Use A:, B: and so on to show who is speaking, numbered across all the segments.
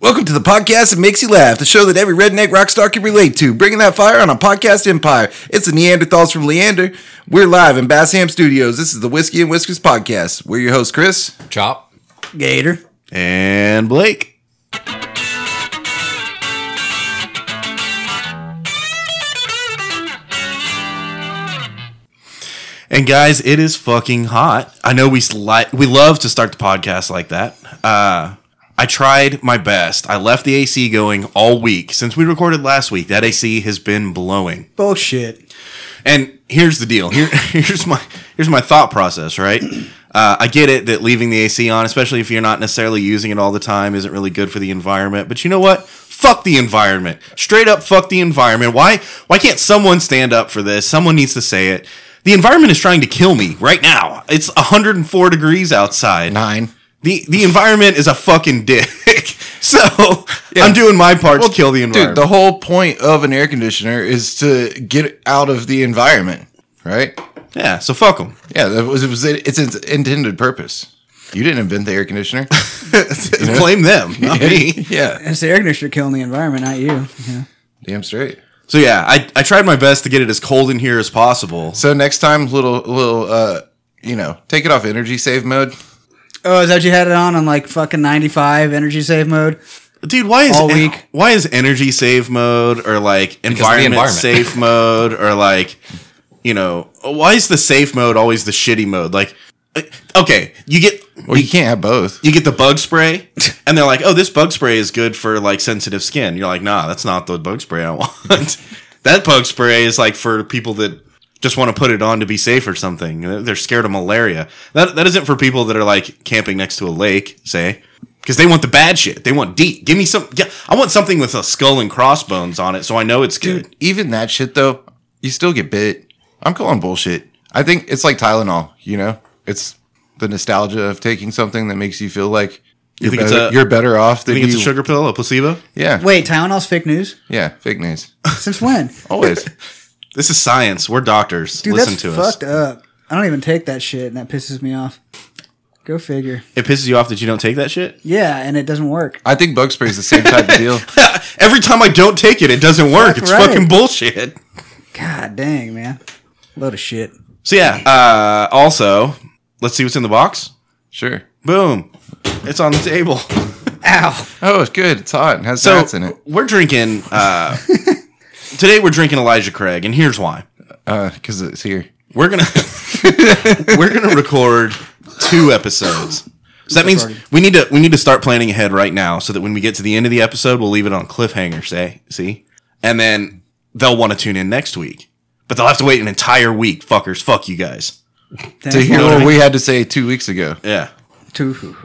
A: Welcome to the podcast that makes you laugh, the show that every redneck rock star can relate to, bringing that fire on a podcast empire. It's the Neanderthals from Leander. We're live in Bass Ham Studios. This is the Whiskey and Whiskers podcast. We're your host, Chris.
B: Chop.
C: Gator.
D: And Blake. And guys, it is fucking hot. I know we sli- we love to start the podcast like that. Uh, I tried my best. I left the AC going all week since we recorded last week. That AC has been blowing.
C: Bullshit.
D: And here's the deal. Here, here's my here's my thought process. Right, uh, I get it that leaving the AC on, especially if you're not necessarily using it all the time, isn't really good for the environment. But you know what? Fuck the environment. Straight up, fuck the environment. Why? Why can't someone stand up for this? Someone needs to say it. The environment is trying to kill me right now. It's 104 degrees outside.
A: Nine.
D: The the environment is a fucking dick. so I'm doing my part to kill the environment.
A: Dude, the whole point of an air conditioner is to get out of the environment, right?
D: yeah. So fuck them.
A: Yeah, that was, it was it's its intended purpose. You didn't invent the air conditioner.
D: Blame them, not me.
A: yeah,
C: It's the air conditioner killing the environment, not you. Yeah.
A: damn straight.
D: So yeah, I, I tried my best to get it as cold in here as possible.
A: So next time, little little uh, you know, take it off energy save mode.
C: Oh, is that you had it on on like fucking 95 energy save mode?
D: Dude, why is
C: All week.
D: why is energy save mode or like
B: of the
D: environment,
B: environment.
D: safe mode or like you know why is the safe mode always the shitty mode? Like uh, okay, you get
A: Well, you can't have both.
D: you get the bug spray and they're like, "Oh, this bug spray is good for like sensitive skin." You're like, "Nah, that's not the bug spray I want." that bug spray is like for people that just want to put it on to be safe or something. They're they're scared of malaria. That that isn't for people that are like camping next to a lake, say, because they want the bad shit. They want deep. Give me some. Yeah, I want something with a skull and crossbones on it, so I know it's good.
A: Dude, even that shit though, you still get bit. I'm calling bullshit. I think it's like Tylenol. You know, it's the nostalgia of taking something that makes you feel like you're,
D: think it's
A: better,
D: a-
A: you're better off
D: I
A: than
D: think it's a
A: you-
D: sugar pill, a placebo.
A: Yeah,
C: Wait, Tylenol's fake news?
A: yeah, fake news.
C: Since when?
A: Always.
D: This is science. We're doctors.
C: Dude,
D: Oh, Listen
C: that's
D: to us.
C: fucked up. I don't even take that shit, and that pisses me off. Go figure.
D: It pisses you off that you don't take that shit.
C: Yeah, and it doesn't work.
A: I think bug spray is the same type of deal.
D: Every time I don't take it, it doesn't work. It's
C: right.
D: fucking bullshit.
C: God dang, man. Load of shit.
D: So yeah. Uh, also, let's see what's in the box.
A: Sure.
D: Boom, it's on the table.
C: Ow.
A: Oh, it's good. It's hot. It has
D: So
A: nuts in it.
D: we're drinking. Uh, today we're drinking Elijah Craig, and here's why.
A: Because Uh, it's here.
D: We're gonna we're gonna record two episodes. So that means we need to we need to start planning ahead right now, so that when we get to the end of the episode, we'll leave it on a cliffhanger. Say, see, and then they'll want to tune in next week, but they'll have to wait an entire week. Fuckers, fuck you guys.
C: Thanks,
A: To hear
C: Lord.
A: what we had to say two weeks ago.
D: Yeah,
C: Too-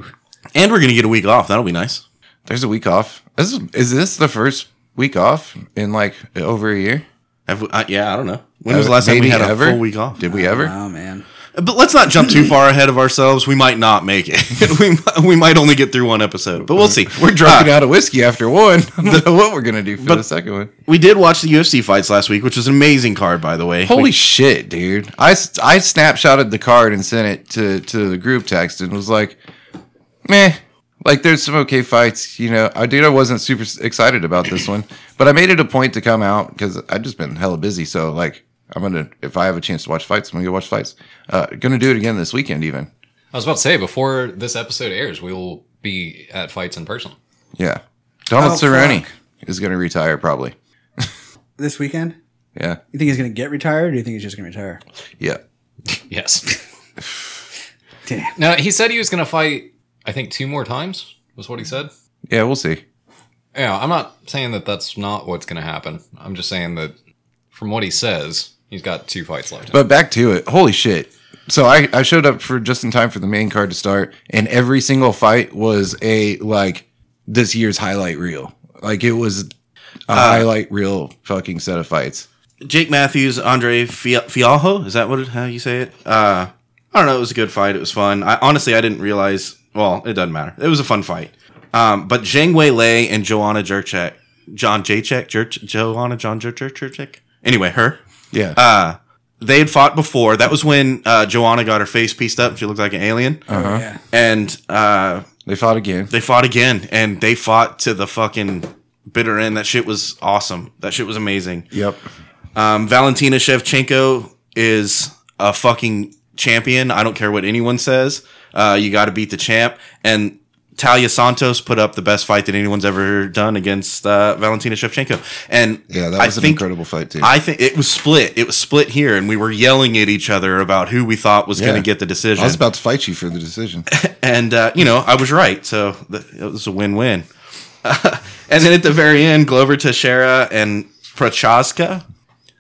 D: and we're gonna get a week off. That'll be nice.
A: There's a week off. This is, is this the first week off in like over a year?
D: Have we, uh, yeah, I don't know. When was
A: Uh,
D: the last time we
A: maybe
D: had
A: ever?
D: a full week off? Uh,
A: Did we e-, ever?
C: Oh, man.
D: But let's not jump too far ahead of ourselves. We might not make it. we, mi- we might only get through one episode, but we'll see. Uh, We're
A: Drinking
D: drunk.
A: out of whiskey after one. I don't know what we're gonna do for the second one.
D: we did watch the UFC fights last week, which was an amazing card, by the way.
A: Holy
D: We-
A: shit, dude! I, s- I snapshotted the card and sent it to to the group text and was like, meh. Like there's some okay fights, you know. I dude, I wasn't super s- excited about this one, but I made it a point to come out because I've just been hella busy. So like, I'm gonna if I have a chance to watch fights, I'm gonna go watch fights. Uh, gonna do it again this weekend, even.
B: I was about to say before this episode airs, we will be at fights in person.
A: Yeah. Donald
C: Oh,
A: Cerrone is going to retire probably.
C: This weekend?
A: Yeah.
C: You think he's going to get retired, or do you think he's just going to retire?
A: Yeah.
B: Yes.
C: Damn.
B: now he said he was going to fight. I think two more times was what he said.
A: Yeah, we'll see.
B: Yeah, I'm not saying that that's not what's going to happen. I'm just saying that from what he says, he's got two fights left.
A: But back to it. Holy shit. So I, I showed up for just in time for the main card to start and every single fight was a like this year's highlight reel. Like it was a
D: Uh,
A: highlight reel fucking set of fights.
D: Jake Matthews, Andre Fia- Fialho, is that what it, how you say it? Uh, I don't know. It was a good fight. It was fun. I honestly I didn't realize. Well, it doesn't matter. It was a fun fight. Um, but Zhang Wei Lei and Joanna Jerchek, John Jacek, Jer- Joanna John Jer- Jer- Jerchek. Anyway, her.
A: Yeah.
D: uh, they had fought before. That was when uh, Joanna got her face pieced up. She looked like an alien.
C: Oh, yeah.
D: And uh,
A: They fought again.
D: They fought again, and they fought to the fucking bitter end. That shit was awesome. That shit was amazing.
A: Yep.
D: Um, Valentina Shevchenko is a fucking champion. I don't care what anyone says. Uh, you got to beat the champ. And Talia Santos put up the best fight that anyone's ever done against uh, Valentina Shevchenko. And
A: Yeah, that
D: I
A: was an
D: think-
A: incredible fight too.
D: I think it was split. It was split here, and we were yelling at each other about who we thought was going
A: Yeah.
D: to get the decision.
A: I was about to fight you for the decision.
D: and uh, you know I was right, so th- it was a win-win. and then at the very end, Glover Teixeira and Prochaska.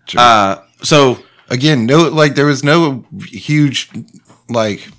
A: Sure.
D: Uh, so
A: Again, no, like there was no huge, like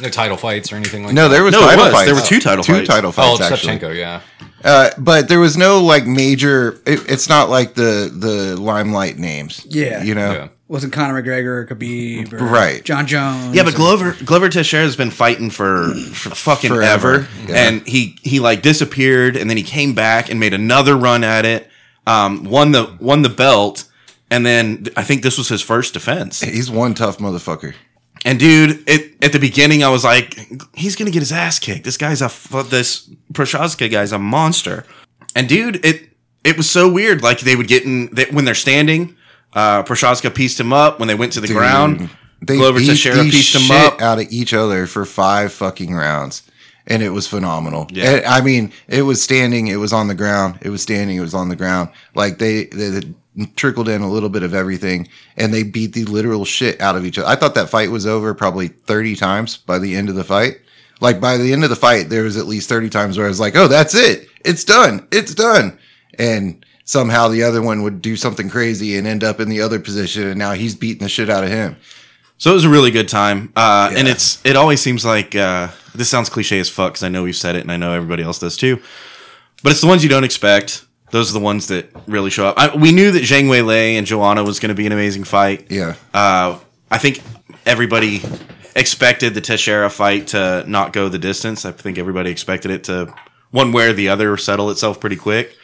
B: No title fights or anything like
A: no,
B: that.
A: there was
D: No, it
A: title
D: was.
A: fights.
D: There were two title
A: two
D: fights.
A: title
B: Oh,
A: fights
B: it's
A: actually.
B: Shevchenko, yeah.
A: Uh, but there was no like major. It, it's not like the the limelight names.
C: Yeah.
A: you know.
B: Yeah.
C: Wasn't Conor McGregor or Khabib or
A: Right.
C: John Jones?
D: yeah, but Glover Glover Teixeira has been fighting for, for fucking
A: Forever.
D: ever,
A: Yeah.
D: and he he like disappeared, and then he came back and made another run at it, um, won the won the belt, and then th- I think this was his first defense.
A: He's one tough motherfucker.
D: And dude, it, at the beginning, I was like, he's gonna get his ass kicked. This guy's a fu- this Prochaska guy's a monster. And dude, it it was so weird. Like they would get in they, when they're standing. Uh, Prochaska pieced him up when they went to the
A: Dude,
D: ground.
A: They
D: Glover
A: beat
D: Teixeira
A: the
D: pieced him
A: shit
D: up.
A: out of each other for five fucking rounds, and it was phenomenal.
D: Yeah.
A: And, I mean, it was standing, it was on the ground, it was standing, it was on the ground. Like they, they, they trickled in a little bit of everything, and they beat the literal shit out of each other. I thought that fight was over probably thirty times by the end of the fight. Like by the end of the fight, there was at least thirty times where I was like, "Oh, that's it, it's done, it's done," and. Somehow the other one would do something crazy and end up in the other position, and now he's beating the shit out of him.
D: So it was a really good time. Uh, And
A: Yeah.
D: it's it always seems like uh, this sounds cliche as fuck because I know we've said it and I know everybody else does too. But it's the ones you don't expect. Those are the ones that really show up. I, we knew that Zhang Wei Lei and Joanna was going to be an amazing fight.
A: Yeah.
D: Uh, I think everybody expected the Teixeira fight to not go the distance. I think everybody expected it to one way or the other settle itself pretty quick.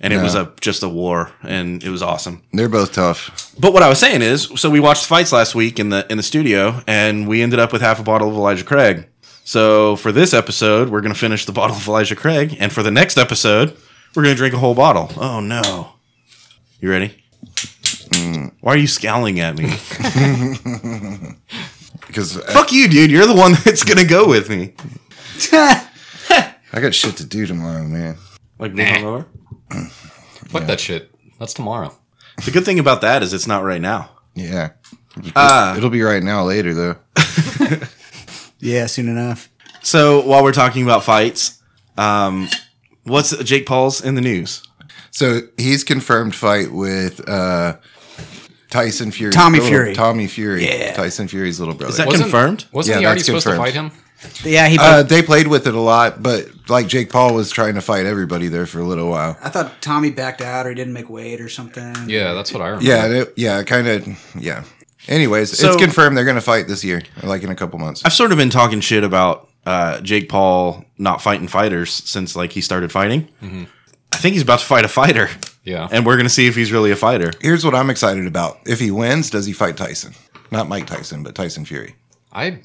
D: And it was a just a war, and it was awesome.
A: They're both tough.
D: But what I was saying is, so we watched fights last week in the in the studio, and we ended up with half a bottle of Elijah Craig. So for this episode, we're gonna finish the bottle of Elijah Craig, and for the next episode, we're gonna drink a whole bottle. Oh no! You ready? Why are you scowling at me?
A: Because I,
D: Fuck you, dude! You're the one that's gonna go with me.
A: I got shit to do tomorrow, man.
D: Like nah. hungover?
B: Fuck that shit. That's tomorrow.
D: The good thing about that is it's not right now.
A: Yeah. It'll be right now later, though.
C: yeah, soon enough.
D: So while we're talking about fights, um, what's Jake Paul's in the news?
A: So he's confirmed fight with uh, Tyson Fury.
C: Tommy
A: Little-
C: Fury.
A: Tommy Fury. Tyson Fury's little brother.
D: Is that
B: Wasn't-
D: confirmed?
B: Wasn't
A: Yeah,
B: he already
A: that's
B: supposed
A: confirmed.
B: to fight him?
C: Yeah, he.
A: uh, they played with it a lot, but like Jake Paul was trying to fight everybody there for a little while.
C: I thought Tommy backed out or he didn't make weight or something.
B: Yeah, that's what I remember.
A: Yeah, it, yeah, kind of. Yeah. Anyways,
D: So-
A: it's confirmed they're going to fight this year, like in a couple months.
D: I've sort of been talking shit about uh, Jake Paul not fighting fighters since like he started fighting. I think he's about to fight a fighter,
B: Yeah.
D: and we're gonna see if he's really a fighter.
A: Here's what I'm excited about. If he wins, does he fight Tyson? Not Mike Tyson, but Tyson Fury.
B: I.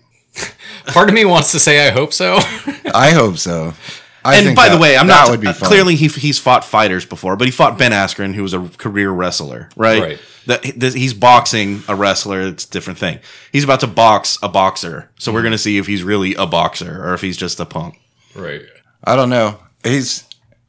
B: Part of me wants to say I hope so.
A: I hope so. I
D: and
A: think
D: by
A: that-
D: the way, I'm
A: that
D: not
A: would be
D: uh,
A: fun.
D: clearly he he's fought fighters before, but he fought Ben Askren, who was a career wrestler, right?
B: Right.
D: That that- he's boxing a wrestler. It's a different thing. He's about to box a boxer, so we're gonna see if he's really a boxer or if he's just a punk.
B: right.
A: I don't know. He's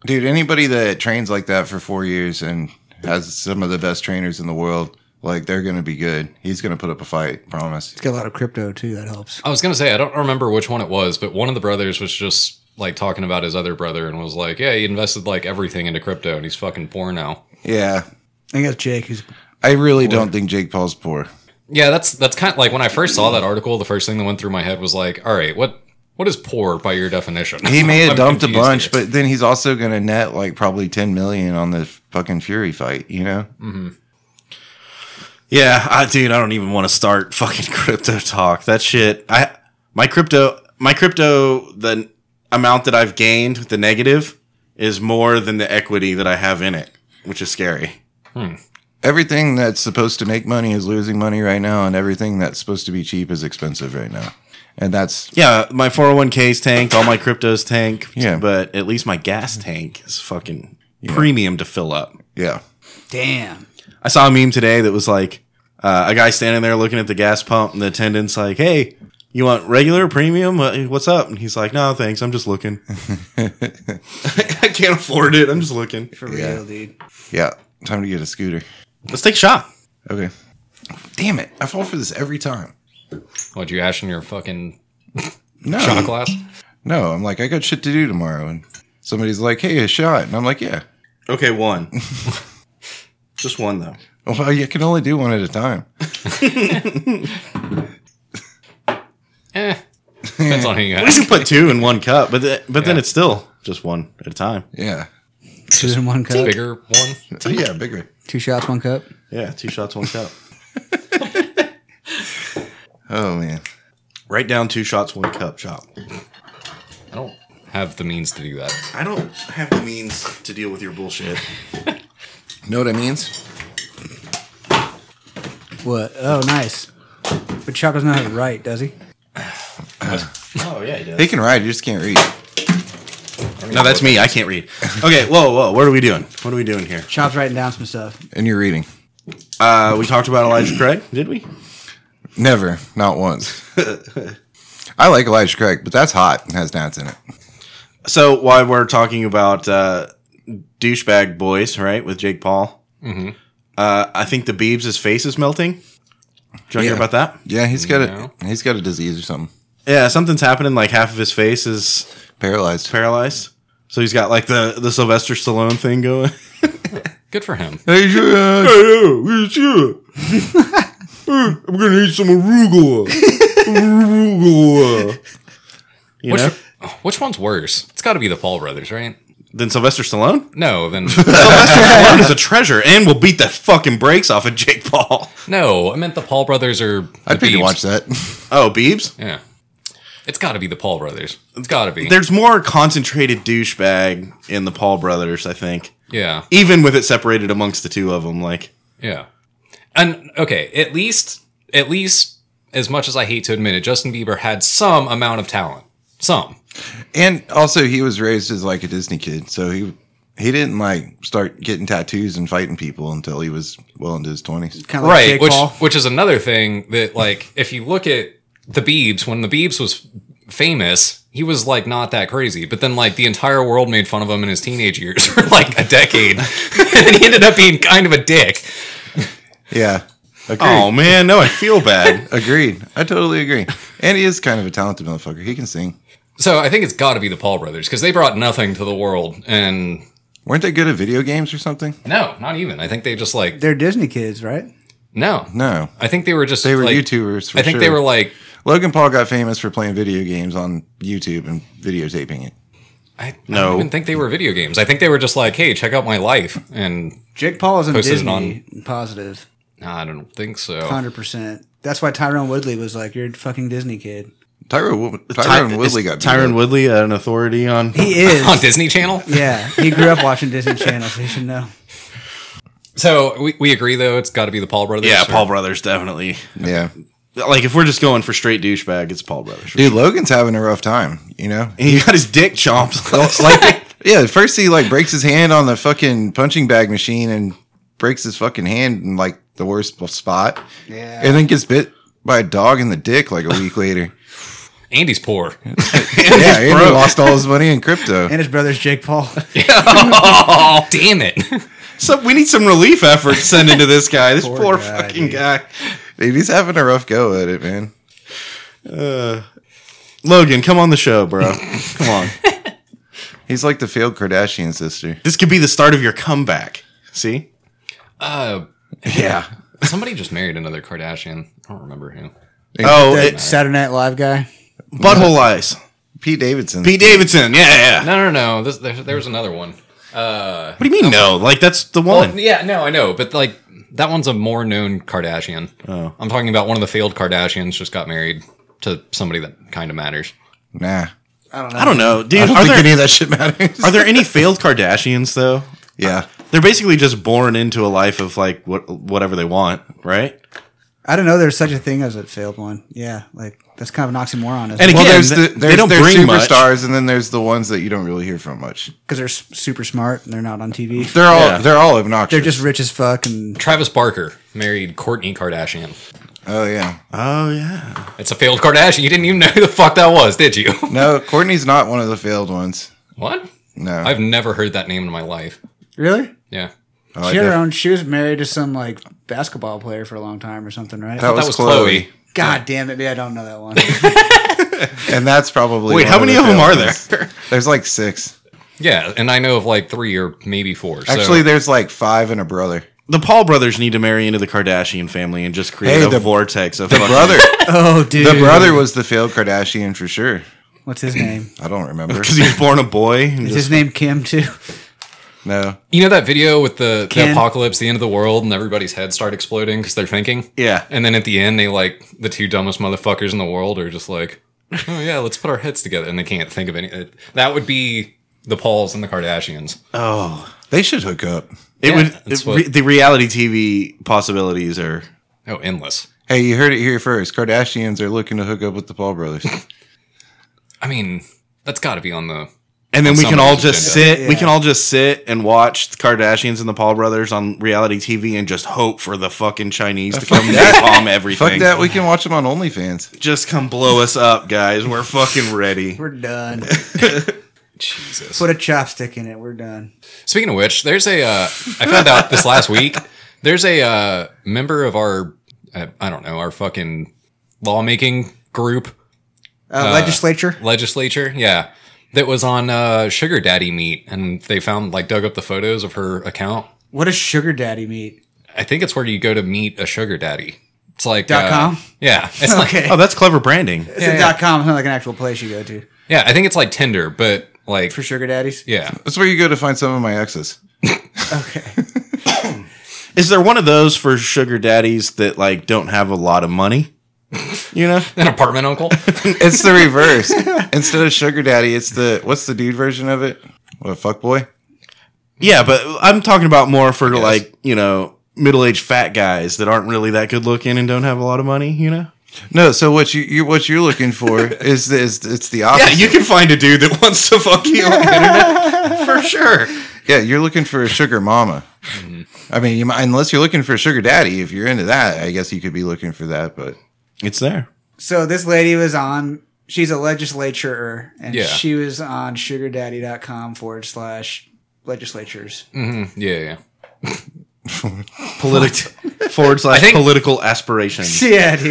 A: dude. Anybody that trains like that for four years and has some of the best trainers in the world, like they're gonna be good. He's gonna put up a fight. Promise.
C: He's got a lot of crypto too. That helps.
B: I was gonna say I don't remember which one it was, but one of the brothers was just like talking about his other brother and was like, "Yeah, he invested like everything into crypto and he's fucking poor now."
A: Yeah,
C: I think that's Jake. Who's
A: I really don't think Jake Paul's poor.
B: Yeah, that's that's kind of like when I first saw that article, the first thing that went through my head was like, "All right, what what is poor by your definition?"
A: He may have
B: I'm
A: dumped a
B: confused
A: bunch,
B: here.
A: but then he's also gonna net like probably ten million on the fucking Fury fight. You know?
D: Yeah, I, dude, I don't even want to start fucking crypto talk. That shit. I my crypto, my crypto, the n- amount that I've gained, the negative, is more than the equity that I have in it, which is scary.
A: Everything that's supposed to make money is losing money right now, and everything that's supposed to be cheap is expensive right now. and that's
D: Yeah, my 401k's tanked, all my crypto's tanked.
A: Yeah.
D: But at least my gas tank is fucking premium to fill up.
A: yeah.
C: Damn.
D: I saw a meme today that was like uh, a guy standing there looking at the gas pump, and the attendant's like, "Hey, you want regular, premium? What- What's up?" And he's like, "No, thanks. I'm just looking. I can't afford it. I'm just looking.
C: For
A: Yeah.
C: real, dude.
A: Yeah, time to get a scooter.
D: Let's take a shot."
A: Okay. Damn it! I fall for this every time.
B: What you ash in your fucking
A: No,
B: shot glass?
A: no. I'm like, I got shit to do tomorrow, and somebody's like, "Hey, a shot," and I'm like, "Yeah."
D: Okay, one. just one though.
A: Well, you can only do one at a time.
B: Eh. Depends on who you
D: We
B: ask.
D: should put two in one cup, but th- but then it's still just one at a time.
A: Yeah.
C: Two in one cup.
B: Bigger one.
A: So yeah, bigger.
C: Two shots, one cup.
D: Yeah, two shots, one cup.
A: Oh man.
D: Write down two shots, one cup. Shot.
B: I don't have the means to do that.
D: I don't have the means to deal with your bullshit.
A: Know what I means?
C: What? Oh, nice. But Chop doesn't know how to write, does he?
D: oh yeah, he does.
A: They can ride, you just can't read.
D: No, that's me. I can't read. Okay, whoa, whoa. What are we doing? What are we doing here?
C: Chop's writing down some stuff.
A: And you're reading.
D: Uh, we talked about Elijah Craig, did we?
A: Never, not once. I like Elijah Craig, but that's hot and has gnats in it.
D: So while we're talking about uh, douchebag boys, right, with Jake Paul, uh, I think the Beebs' face is melting. Did you hear
A: Yeah.
D: about that?
A: Yeah, he's got
B: No.
A: a he's got a disease or something.
D: Yeah, something's happening. Like half of his face is
A: Paralyzed.
D: paralyzed. So he's got like the, the Sylvester Stallone thing going.
B: Good for him.
A: Hey, yeah.
D: Hey, it's you. I'm gonna eat some arugula. arugula. You
B: Which,
D: know?
B: which one's worse? It's got to be the Paul brothers, right?
D: Then Sylvester Stallone.
B: No, then
D: Stallone is a treasure and will beat the fucking brakes off of Jake Paul.
B: no. I meant the Paul brothers are. the
A: I'd pay to
B: Biebs.
A: watch that.
D: Oh, Beebs?
B: Yeah, it's got to be the Paul brothers. It's got to be.
D: There's more concentrated douchebag in the Paul brothers, I think.
B: yeah,
D: Even with it separated amongst the two of them, like
B: yeah. And okay, at least, at least, as much as I hate to admit it, Justin Bieber had some amount of talent. Some.
A: and also he was raised as like a Disney kid, so he he didn't like start getting tattoos and fighting people until he was well into his twenties.
C: Kind
B: right which which is another thing that like if you look at the beebs when the beebs was famous he was like not that crazy but then like the entire world made fun of him in his teenage years for like a decade and he ended up being kind of a dick
A: Yeah. Agreed.
D: Oh man, no, I feel bad.
A: Agreed. I totally agree. And he is kind of a talented motherfucker. He can sing.
B: so i think it's got to be the paul brothers because they brought nothing to the world and
A: Weren't they good at video games or something?
B: no not even i think they just like
C: They're Disney kids, right?
B: no
A: No.
B: i think they were just
A: They were
B: like,
A: YouTubers for
B: i think
A: sure.
B: they were like
A: Logan Paul got famous for playing video games on YouTube and videotaping it.
B: I, I
D: No.
B: don't even think they were video games. I think they were just like, "Hey, check out my life," and
C: Jake Paul is in
B: Posted it
C: Disney positive,
B: nah, I don't think so.
C: hundred percent. That's why Tyrone Woodley was like, "You're a fucking Disney kid."
A: Tyra, Wo-
D: Ty-
A: Tyron Woodley
D: is
A: got beat
D: Tyron
A: up.
D: Woodley, an authority on
C: He is.
B: On Disney Channel,
C: yeah, he grew up watching Disney Channel, so he should know.
B: So we, we agree though it's got to be the Paul brothers.
D: Yeah,
B: or-
D: Paul Brothers definitely.
A: Yeah,
D: Like if we're just going for straight douchebag, it's Paul Brothers.
A: dude, Logan's having a rough time. You know,
D: And he got his dick chomped. last night.
A: like yeah, first he like breaks his hand on the fucking punching bag machine and breaks his fucking hand in like the worst spot,
C: Yeah.
A: and then gets bit by a dog in the dick like a week later.
B: Andy's poor.
A: yeah, and he lost all his money in crypto.
C: and his brother's Jake Paul.
B: oh, damn it!
D: So we need some relief efforts sent into this guy. This poor,
C: guy,
D: fucking
C: dude.
D: guy.
A: Dude, he's having a rough go at it, man.
D: Logan, come on the show, bro. come on.
A: He's like the failed Kardashian sister.
D: This could be the start of your comeback. See?
B: Uh,
A: Yeah.
B: somebody just married another Kardashian. I don't remember who.
D: Oh,
C: That
D: it-
C: Saturday Night Live guy.
D: butthole eyes.
A: Pete Davidson.
D: Pete Davidson. Yeah, yeah. yeah.
B: No, no, no. This, there, there was another one.
D: What do you mean? No, like that's the
B: Well,
D: one.
B: Oh, yeah, no, I know, but like that one's a more known Kardashian. Oh. I'm talking about one of the failed Kardashians just got married to somebody that kind of matters.
A: Nah.
C: I don't know.
D: I don't know, dude.
A: I don't
D: are,
A: think
D: there,
A: any of that shit matters.
D: are there any failed Kardashians though?
A: yeah.
D: They're basically just born into a life of like what whatever they want, right?
C: I don't know. There's such a thing as a failed one. Yeah, like that's kind of an oxymoron.
D: And
A: Well,
D: Again,
A: there's
D: th-
A: the
D: they
A: there's,
D: don't
A: there's
D: bring much.
A: superstars, and then there's the ones that you don't really hear from much.
C: because they're s- super smart and they're not on TV.
A: They're all
D: Yeah.
A: they're all obnoxious.
C: They're just rich as fuck and
B: Travis Barker married Courtney Kardashian.
A: oh yeah.
D: Oh yeah.
B: It's a failed Kardashian. You didn't even know who the fuck that was, did you?
A: No, Courtney's not one of the failed ones.
B: what?
A: No,
B: I've never heard that name in my life.
C: really.
B: Yeah.
A: Oh, I
C: she had
A: def-
C: her own. She was married to some like basketball player for a long time or something, right?
A: That
B: That
A: was,
B: was
A: Chloe.
B: Chloe.
C: God damn it, man, I don't know that one.
A: and that's probably
D: Wait,
A: one
D: how many
A: the
D: of them
A: failed
D: are
A: ones.
D: there?
A: There's like six.
B: Yeah, and I know of like three or maybe four. so-
A: Actually, there's like five and a brother.
D: The Paul brothers need to marry into the Kardashian family and just create
A: Hey,
D: a
A: the-
D: vortex of
A: The
D: fucking-
A: brother,
C: oh, dude,
A: the brother was the failed Kardashian for sure.
C: What's his name?
A: I don't remember.
D: because he was born a boy. and
C: Is
D: just-
C: his name Kim too?
A: No,
B: you know that video with the, the
C: Ken.
B: apocalypse, the end of the world, and everybody's heads start exploding because they're thinking?
D: yeah.
B: And then at the end, they like the two dumbest motherfuckers in the world are just like, oh yeah, let's put our heads together, and they can't think of any. uh, That would be the Pauls and the Kardashians.
D: Oh,
A: they should hook up.
D: it
B: Yeah,
D: would.
B: that's
D: it-
B: what-
D: re- the reality TV possibilities are.
B: Oh, endless.
A: Hey, you heard it here first. Kardashians are looking to hook up with the Paul brothers.
B: I mean, that's got to be on the.
D: And then
B: On
D: we can all
B: somebody's
D: just
B: agenda.
D: sit. We can all just sit and watch the Kardashians and the Paul brothers on reality TV and just hope for the fucking Chinese to come and bomb everything.
A: Fuck that. We can watch them on OnlyFans.
D: Just come blow us up, guys. We're fucking ready.
C: We're done.
B: Jesus.
C: Put a chopstick in it. We're done.
B: Speaking of which, there's a. Uh, I found out this last week. There's a uh, member of our, uh, I don't know, our fucking lawmaking group
C: Uh, legislature.
B: legislature. Yeah, that was on uh, Sugar Daddy meet, and they found like dug up the photos of her account.
C: What does sugar daddy meet?
B: I think it's where you go to meet a sugar daddy. It's like uh,
C: Dot com?
B: Yeah, it's like
C: Okay,
D: Oh, that's clever branding.
C: it's
B: yeah,
C: a
B: yeah.
C: dot com. It's not like an actual place you go to
B: yeah. I think it's like Tinder, but like
C: for sugar daddies.
B: yeah.
A: That's where you go to find some of my exes.
C: Okay,
D: Is there one of those for sugar daddies that like don't have a lot of money? You know,
B: An apartment uncle?
A: It's the reverse. Instead of sugar daddy, it's the what's the dude version of it? What fuck boy?
D: yeah, but I'm talking about more for like you know middle-aged fat guys that aren't really that good looking and don't have a lot of money. You know,
A: No. So what you, you what you're looking for is the, is it's the opposite.
D: you can find a dude that wants to fuck you on the internet for sure.
A: Yeah, you're looking for a sugar mama. I mean, you might, unless you're looking for a sugar daddy, if you're into that, I guess you could be looking for that. But
D: It's there.
C: so this lady was on. She's a legislaturer, and
B: Yeah.
C: she was on sugardaddy.com forward slash legislatures.
B: Mm. Mm-hmm. yeah, yeah.
D: Political forward slash
B: think-
D: political aspirations.
C: Yeah, dude.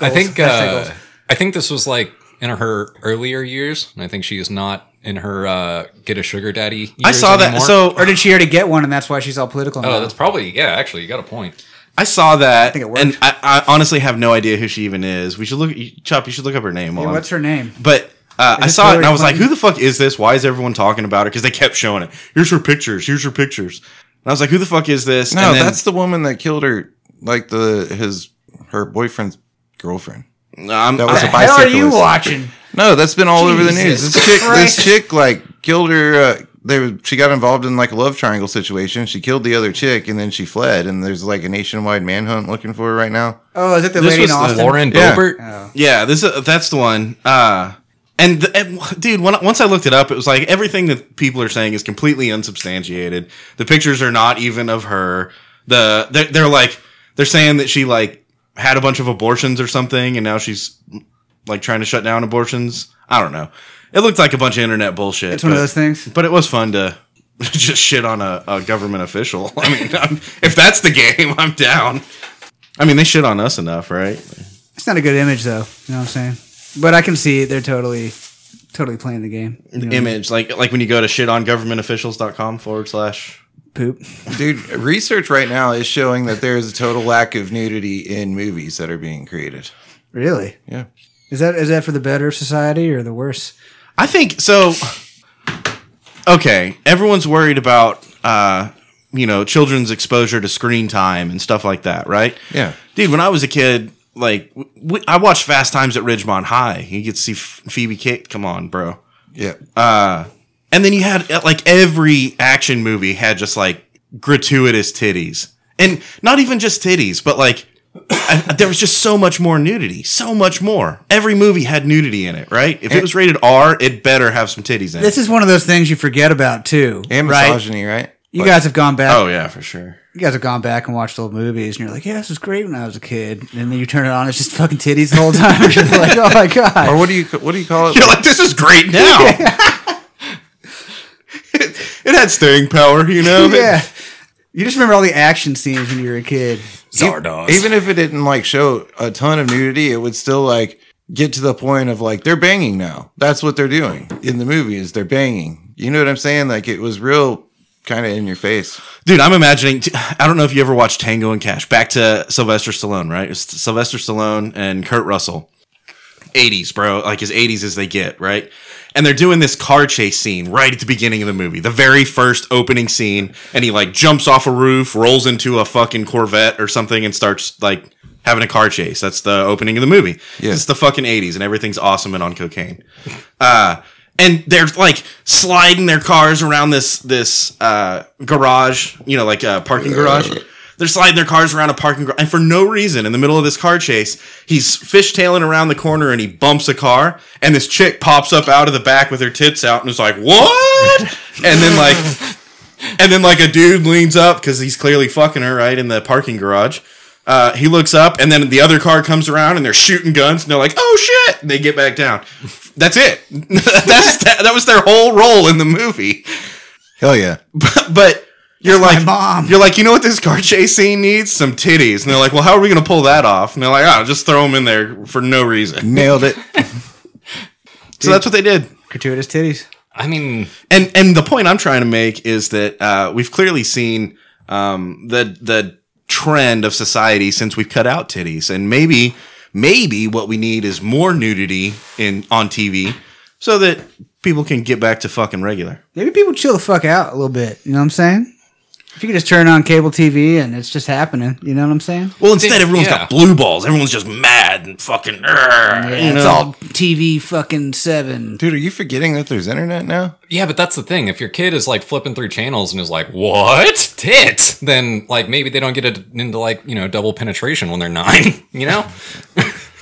B: I
C: Goals.
B: think
C: Hashtag
B: uh,
C: goals.
B: I think this was like in her earlier years, and I think she is not in her uh, get a sugar daddy.
D: I
B: years
D: saw that.
B: anymore.
D: So
C: Or did she already get one, and that's why she's all political?
B: uh, oh,
C: now?
B: that's probably yeah. Actually, you got a point.
D: I saw that,
C: think it worked.
D: and I, I honestly have no idea who she even is. We should look, Chop. You should look up her name.
C: Yeah,
D: while I'm-
C: what's her name?
D: But uh, I
C: Is it
D: saw it and I
C: Hillary
D: was like, who
C: Clinton?
D: the fuck is this? Why is everyone talking about her? Because they kept showing it. Here's her pictures. Here's her pictures. And I was like, who the fuck is this?
A: no,
D: and then-
A: that's the woman that killed her, like the his her boyfriend's girlfriend.
D: I'm,
A: that was
D: Um, I-
A: a
C: How are you
A: bicyclist.
C: watching?
A: No, that's been all over the news.
C: Jesus
A: This chick,
C: Christ.
A: this chick, like killed her. Uh, they were, she got involved in like a love triangle situation. She killed the other chick and then she fled. And there's like a nationwide manhunt looking for her right now.
C: Oh, is it the
D: This
C: lady in
D: was the
C: Austin?
B: Lauren
A: Yeah.
B: Boebert.
D: yeah, this is, that's the one. Uh, and, the, and dude, when, I- once I looked it up, it was like everything that people are saying is completely unsubstantiated. The pictures are not even of her. The they're, they're like they're saying that she like had a bunch of abortions or something, and now she's like trying to shut down abortions. I don't know. It looked like a bunch of internet bullshit.
C: It's one of
D: but-
C: those things.
D: But it was fun to just shit on a, a government official. I mean, I'm, if that's the game, I'm down. I mean, they shit on us enough, right?
C: It's not a good image, though. You know what I'm saying? But I can see they're totally, totally playing the game. You know,
D: Image, like like when you go to shitongovernmentofficials.com forward slash.
C: poop.
A: Dude, research right now is showing that there is a total lack of nudity in movies that are being created.
C: Really?
A: Yeah.
C: Is that is that for the better of society or the worse?
D: I think so. Okay, everyone's worried about uh, you know children's exposure to screen time and stuff like that, right?
A: Yeah.
D: dude. When I was a kid, like w- w- I watched Fast Times at Ridgemont High. You get to see F- Phoebe Kate. Come on, bro.
A: Yeah.
D: And then you had uh, like every action movie had just like gratuitous titties. And not even just titties, but like I, there was just so much more nudity, so much more. Every movie had nudity in it, right? If it was rated R, it better have some titties in
C: This
D: it.
C: is one of those things you forget about too,
A: and
C: right?
A: misogyny, right?
C: You guys have gone back.
D: Oh yeah, for sure.
C: You guys have gone back and watched old movies, and you're like, "Yeah, this was great when I was a kid." And then you turn it on, it's just fucking titties the whole time. You're just like, "Oh my god!"
A: Or what do you what do you call it?
D: You're like, this is great now. it, it had staying power, you know.
C: yeah, you just remember all the action scenes when you were a kid.
B: Zardoz.
A: Even if it didn't like show a ton of nudity, it would still like get to the point of like they're banging now. That's what they're doing in the movie is they're banging. You know what I'm saying? Like it was real kind of in your face.
D: Dude, I'm imagining. I don't know if you ever watched Tango and Cash. Back to Sylvester Stallone, right? It's Sylvester Stallone and Kurt Russell. 80s, bro. Like as 80s as they get, right? And they're doing this car chase scene right at the beginning of the movie, the very first opening scene. And he like jumps off a roof, rolls into a fucking Corvette or something, and starts like having a car chase. That's the opening of the movie.
A: Yeah.
D: It's the fucking 80s, and everything's awesome and on cocaine. Uh, and they're like sliding their cars around this this uh, garage, you know, like a parking garage. They're sliding their cars around a parking garage, and for no reason, in the middle of this car chase, he's fishtailing around the corner and he bumps a car, and this chick pops up out of the back with her tits out and is like, "What?" and then like, and then like a dude leans up because he's clearly fucking her right in the parking garage. Uh, he looks up, and then the other car comes around, and they're shooting guns, and they're like, "Oh shit!" And they get back down. That's it. That's that, that was their whole role in the movie.
A: Hell yeah.
D: But you're
C: That's
D: like,
C: my mom.
D: you're like, you know what this car chase scene needs? Some titties. And they're like, well, how are we gonna pull that off? And they're like, oh, just throw them in there for no reason.
A: Nailed it.
D: So that's what they did.
C: Gratuitous titties.
B: I mean,
D: And and the point I'm trying to make is that uh, we've clearly seen um, the the trend of society since we've cut out titties, and maybe maybe what we need is more nudity in on TV, so that people can get back to fucking regular.
C: Maybe people chill the fuck out a little bit. You know what I'm saying? If you could just turn on cable TV and it's just happening, you know what I'm saying?
D: Well, instead,
B: Dude,
D: everyone's
B: yeah.
D: got blue balls. Everyone's just mad and fucking. "Argh," you
C: it's
D: know?
C: all TV fucking seven.
A: Dude, are you forgetting that there's internet now?
B: yeah, but that's the thing. If your kid is like flipping through channels and is like, "What tit?" then like maybe they don't get it into like you know double penetration when they're nine. You know,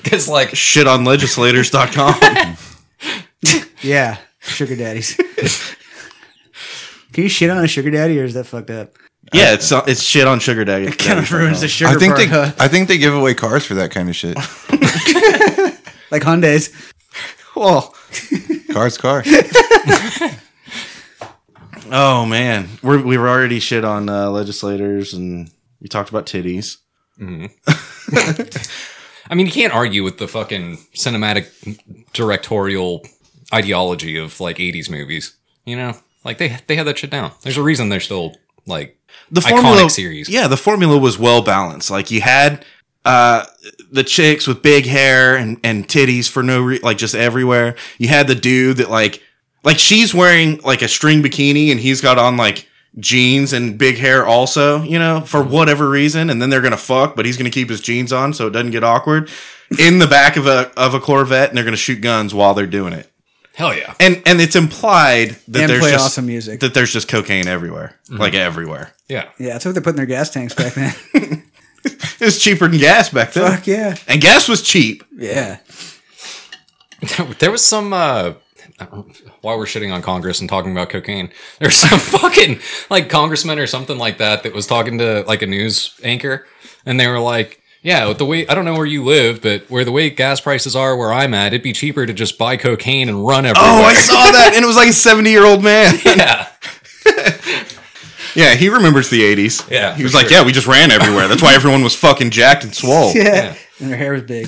B: because like
D: shit on legislators.com.
C: Yeah, sugar daddies. Can you shit on a sugar daddy or is that fucked up?
D: yeah, it's it's shit on sugar daddy.
C: sugar.
A: I think they I think they give away cars for that kind of shit.
C: like Hyundai's.
D: Well,
A: Car's car.
D: oh man, we're we were already shit on uh, legislators, and we talked about titties.
B: I mean, you can't argue with the fucking cinematic directorial ideology of like '80s movies. You know, like they they had that shit down. There's a reason they're still like
D: the
B: Iconic series.
D: Yeah, the formula was well balanced. Like you had uh the chicks with big hair and and titties for no re- like just everywhere. You had the dude that like like she's wearing like a string bikini and he's got on like jeans and big hair also, you know, for whatever reason and then they're going to fuck, but he's going to keep his jeans on so it doesn't get awkward in the back of a of a Corvette and they're going to shoot guns while they're doing it.
B: hell yeah.
D: And and it's implied that
C: And
D: there's
C: play
D: just
C: awesome music.
D: that there's just cocaine everywhere,
B: Mm-hmm.
D: like everywhere.
B: Yeah.
C: Yeah, that's what they're putting their gas tanks back then.
D: It was cheaper than gas back then.
C: Fuck yeah.
D: And gas was cheap.
C: Yeah.
B: There was some. Uh, while we're shitting on Congress and talking about cocaine, there's some fucking like congressman or something like that that was talking to like a news anchor, and they were like, "Yeah, with the way I don't know where you live, but where the way gas prices are, where I'm at, it'd be cheaper to just buy cocaine and run everywhere."
D: Oh, I saw that. And it was like a 70 year old man.
B: yeah,
D: Yeah, he remembers the 80s.
B: Yeah,
D: He was
B: for
D: like,
B: sure.
D: yeah, we just ran everywhere. That's why everyone was fucking jacked and swole.
C: Yeah.
B: Yeah.
C: And their hair was big.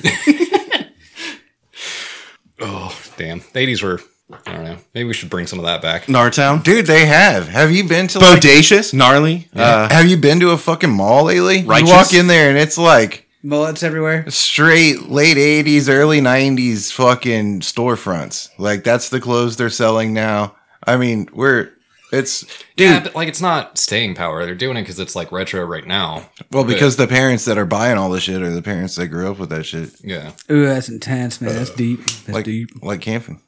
B: damn, the '80s were. I don't know. Maybe we should bring some of that back.
D: Nartown.
A: Dude, they have. Have you been to like
D: Bodacious, gnarly. Uh,
A: have you been to a fucking mall lately?
D: Righteous?
A: You walk in there and it's like
C: Mullets everywhere.
A: straight late 80s early 90s fucking storefronts like that's the clothes they're selling now i mean we're it's dude
B: Yeah, but like it's not staying power. They're doing it because it's like retro right now.
A: well because the parents that are buying all the shit are the parents that grew up with that shit
B: Yeah,
C: Ooh, that's intense, man. That's deep. That's
A: like
C: deep.
A: like camping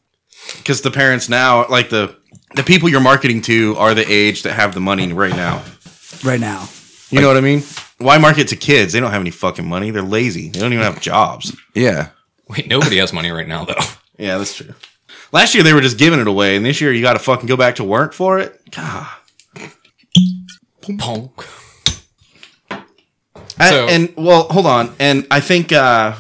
D: Because the parents now, like the, the people you're marketing to are the age that have the money right now.
C: Right now.
D: You know what I mean? Why market to kids? They don't have any fucking money. They're lazy. They don't even have jobs.
A: Yeah.
B: Wait, nobody has money right now though.
D: Yeah, that's true. Last year they were just giving it away, and this year you got to fucking go back to work for it. God.
B: Punk.
D: I-
B: So-
D: Uh, and well, hold on. And I think uh,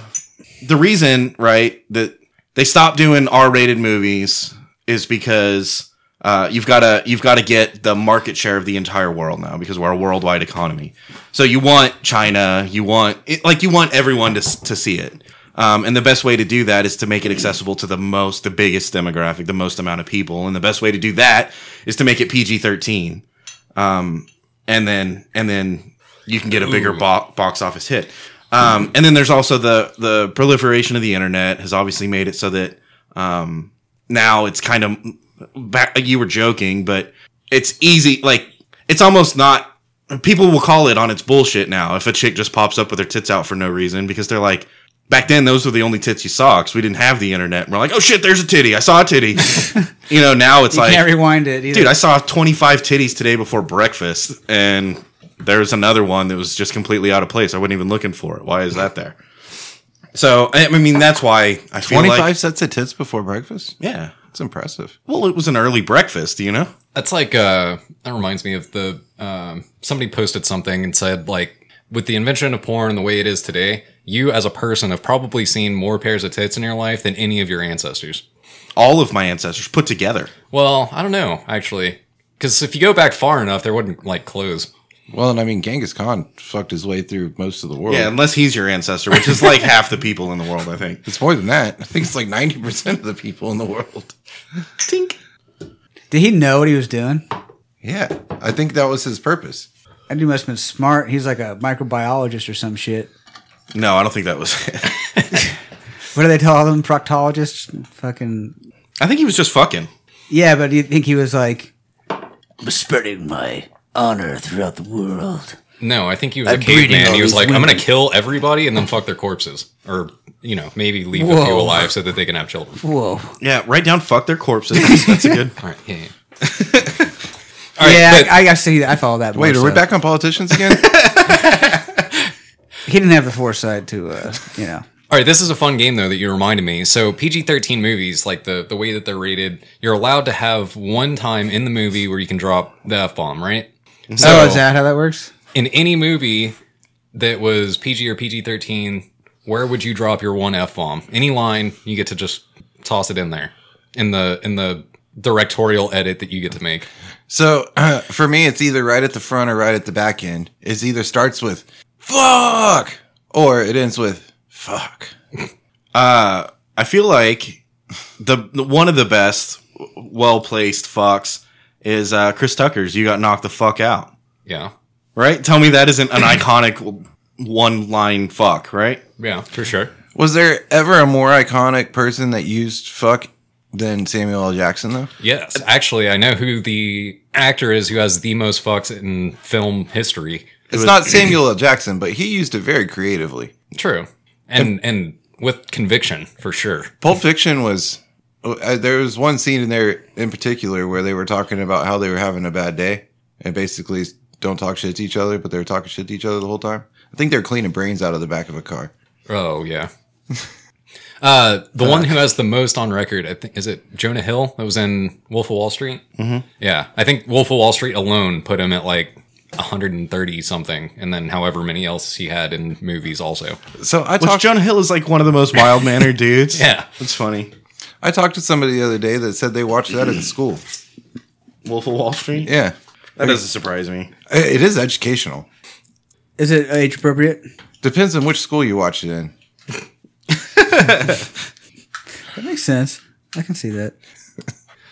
D: the reason, right, that they stopped doing R-rated movies is because uh, you've got to you've got to get the market share of the entire world now because we're a worldwide economy. So you want China, you want it, like you want everyone to s- to see it. Um, and the best way to do that is to make it accessible to the most, the biggest demographic, the most amount of people. And the best way to do that is to make it PG thirteen and then and then you can get a bigger bo- box office hit. Um, and then there's also the the proliferation of the internet has obviously made it so that um, now it's kind of back. You were joking, but it's easy. Like it's almost not. People will call it on its bullshit now if a chick just pops up with her tits out for no reason because they're like. Back then, those were the only tits you saw because we didn't have the internet. We're like, oh shit, there's a titty. I saw a titty. you know, now it's
C: You
D: like
C: can't rewind it either.
D: Dude, I saw 25 titties today before breakfast, and there was another one that was just completely out of place. I wasn't even looking for it. Why is that there? So, I I mean, that's why I feel
A: 25
D: like.
A: sets of tits before breakfast?
D: Yeah.
A: That's impressive.
D: Well, it was an early breakfast, you know?
B: That's like uh that reminds me of the um somebody posted something and said like with the invention of porn the way it is today, you as a person have probably seen more pairs of tits in your life than any of your ancestors.
D: All of my ancestors put together.
B: Well, I don't know actually, because if you go back far enough, there wouldn't like clothes.
A: Well, and I mean, Genghis Khan fucked his way through most of the world.
D: Yeah, unless he's your ancestor, which is like half the people in the world, I think.
A: It's more than that. I think it's like 90% of the people in the world.
D: Tink.
C: Did he know what he was doing?
A: Yeah. I think that was his purpose.
C: That dude must have been smart. He's like a microbiologist or some shit.
D: No, I don't think that was it.
C: What do they call them? Proctologist? Fucking.
D: I think he was just fucking.
C: Yeah, but do you think he was like,
E: spreading my honor throughout the world.
B: No, I think he was a
E: I'm breeding
B: caveman.
E: all
B: He was
E: these
B: like, I'm
E: women."
B: gonna kill everybody and then fuck their corpses, or you know, maybe leave a few
C: Whoa.
B: alive so that they can have children.
C: whoa.
D: Yeah, write down fuck their corpses. That's a good.
B: All right, yeah. yeah.
C: yeah, I, I see that. I follow that.
A: Wait,
C: more
A: are we
C: so.
A: back on politicians again?
C: He didn't have the foresight to, uh, you know.
B: All right, this is a fun game though that you reminded me. So PG-13 movies, like the the way that they're rated, you're allowed to have one time in the movie where you can drop the f bomb, right? So
C: oh, is that how that works?
B: in any movie that was PG or PG-13, where would you drop your one f bomb? Any line, you get to just toss it in there in the in the directorial edit that you get to make.
A: so uh, for me, it's either right at the front or right at the back end. It either starts with fuck or it ends with fuck.
D: Uh, I feel like the, the- one of the best, well placed fucks is uh, Chris Tucker's. You got knocked the fuck out,
B: Yeah.
D: right? Tell me that isn't an iconic one line fuck, right?
B: Yeah, for sure.
A: Was there ever a more iconic person that used fuck than Samuel L. Jackson, though?
B: Yes. Actually, I know who the actor is who has the most fucks in film history.
A: It's not Samuel L. Jackson, but he used it very creatively.
B: True. And and with conviction for sure.
A: Pulp Fiction was uh, there was one scene in there in particular where they were talking about how they were having a bad day and basically don't talk shit to each other, but they were talking shit to each other the whole time. I think they're cleaning brains out of the back of a car.
B: Oh yeah. Uh, the one who has the most on record, I think, is it Jonah Hill that was in Wolf of Wall Street? Mm-hmm. Yeah, I think Wolf of Wall Street alone put him at like 130 something, and then however many else he had in movies also.
A: So I
D: Which
A: talked
D: Jonah Hill is like one of the most mild mannered dudes.
B: Yeah.
D: That's funny.
A: I talked to somebody the other day that said they watched that in school.
D: Wolf of Wall Street?
A: Yeah.
D: That doesn't surprise me.
A: It it is educational.
C: Is it age appropriate?
A: Depends on which school you watch it in.
C: That makes sense. I can see that.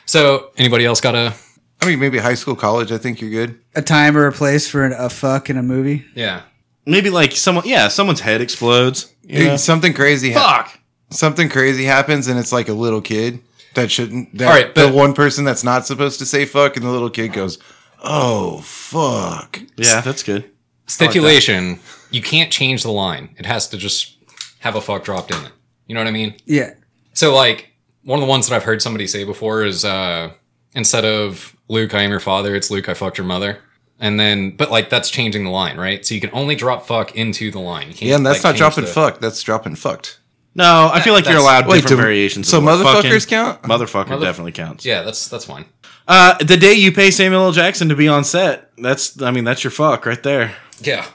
B: So, anybody else got a?
A: I mean, maybe high school, college, I think you're good.
C: A time or a place for an, a fuck in a movie?
B: Yeah,
D: Maybe like someone, yeah, someone's head explodes. you know?
A: Dude, something crazy hap-
D: Fuck.
A: something crazy happens and it's like a little kid that shouldn't that,
B: All right,
A: the
B: but-
A: one person that's not supposed to say fuck and the little kid goes oh fuck
D: Yeah, that's good.
B: stipulation: you can't change the line; it has to just have a fuck dropped in it. You know what I mean?
C: Yeah.
B: So like one of the ones that I've heard somebody say before is uh instead of Luke, I am your father, it's Luke, I fucked your mother. And then, but like that's changing the line, right? So you can only drop fuck into the line. You can't,
A: Yeah, and that's
B: like,
A: not
B: change
A: dropping
B: the-
A: fuck. That's dropping fucked.
D: No, I feel like you're
B: that's-
D: allowed
A: Wait,
D: different
A: do-
D: variations.
A: so
D: of the word
A: motherfuckers count?
D: Motherfucker
B: Mother-
D: definitely counts.
B: Yeah, that's that's fine.
D: Uh, the day you pay Samuel L. Jackson to be on set, that's I mean that's your fuck right there.
B: Yeah.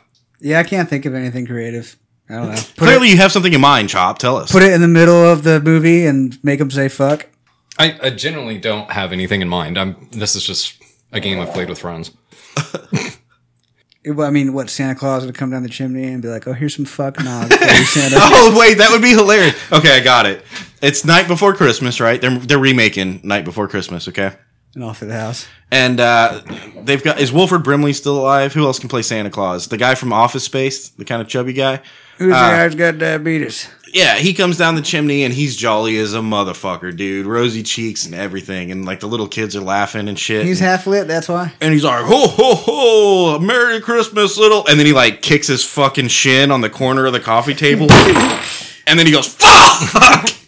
C: Yeah, I can't think of anything creative. I don't know. Put
D: Clearly,
C: it,
D: you have something in mind. Chop, tell us.
C: put it in the middle of the movie and make them say fuck.
B: I, I generally don't have anything in mind. I'm this is just a game I've played with friends.
C: It- well, I mean, what Santa Claus would come down the chimney and be like, "Oh, here's some fuck knobs, for you, Santa."
D: Oh wait, that would be hilarious. Okay, I got it. It's Night Before Christmas, right? They're they're remaking Night Before Christmas. Okay,
C: and off to the house.
D: and uh, they've got is Wilford Brimley still alive? Who else can play Santa Claus? The guy from Office Space, the kind of chubby guy.
C: Who's there? I've got diabetes.
D: Yeah, he comes down the chimney and he's jolly as a motherfucker, dude. Rosy cheeks and everything, and like the little kids are laughing and shit.
C: He's half lit. That's why.
D: and he's like, ho ho ho, Merry Christmas, little. And then he like kicks his fucking shin on the corner of the coffee table, and then he goes, fuck.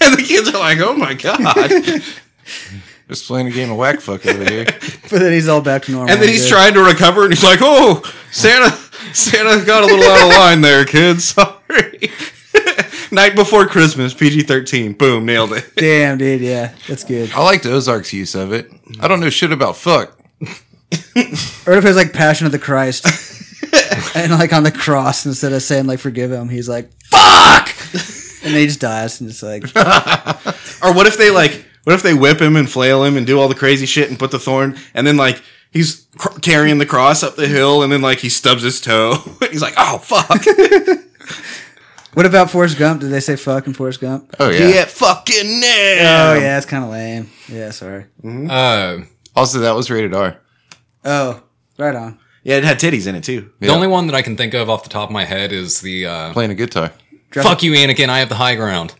D: And the kids are like, "Oh my god!"
A: Just playing a game of whack fuck over here.
C: But then he's all back to normal.
D: And then he's
C: Good.
D: trying to recover, and he's like, "Oh, Santa, Santa got a little out of line there, kid. Sorry." Night before Christmas, PG thirteen. Boom, nailed it.
C: Damn, dude. Yeah, that's good.
A: I liked Ozark's use of it. I don't know shit about fuck.
C: Or if it was like Passion of the Christ. and like on the cross, instead of saying like forgive him, he's like fuck, and then he just dies, and it's like
D: Or what if they like? What if they whip him and flail him and do all the crazy shit and put the thorn and then like he's cr- carrying the cross up the hill and then like he stubs his toe. he's like, oh fuck,
C: What about Forrest Gump? Did they say fuck in Forrest Gump?
A: Oh yeah.
D: yeah, fucking
C: Oh
A: Um,
D: nail.
C: yeah, it's kind of lame. Yeah, sorry.
A: Mm-hmm.
B: Uh,
A: Also, that was rated R.
C: Oh, right on.
D: Yeah, it had titties in it too.
B: the only one that I can think of off the top of my head is the uh,
A: Playing a guitar.
B: "Fuck you, Anakin, I have the high ground."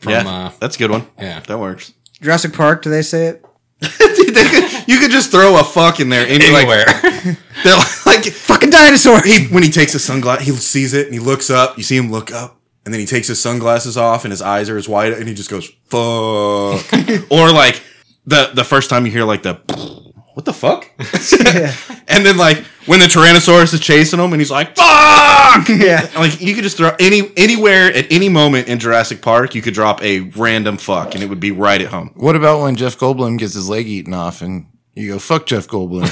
B: From,
D: yeah,
B: uh,
D: that's a good one.
B: yeah.
D: that works.
C: Jurassic Park. Do they say it?
D: They could- you could just throw a fuck in there anywhere.
B: Anywhere.
D: They're like
C: Fucking dinosaur.
D: he when he takes his sunglasses, he sees it and he looks up. You see him look up, and then he takes his sunglasses off, and his eyes are as wide, and he just goes fuck. or like the the first time you hear like the what the fuck, and then like when the Tyrannosaurus is chasing him, and he's like fuck.
C: Yeah.
D: And, like you could just throw any anywhere at any moment in Jurassic Park, you could drop a random fuck, and it would be right at home.
A: What about when Jeff Goldblum gets his leg eaten off and you go fuck Jeff Goldblum?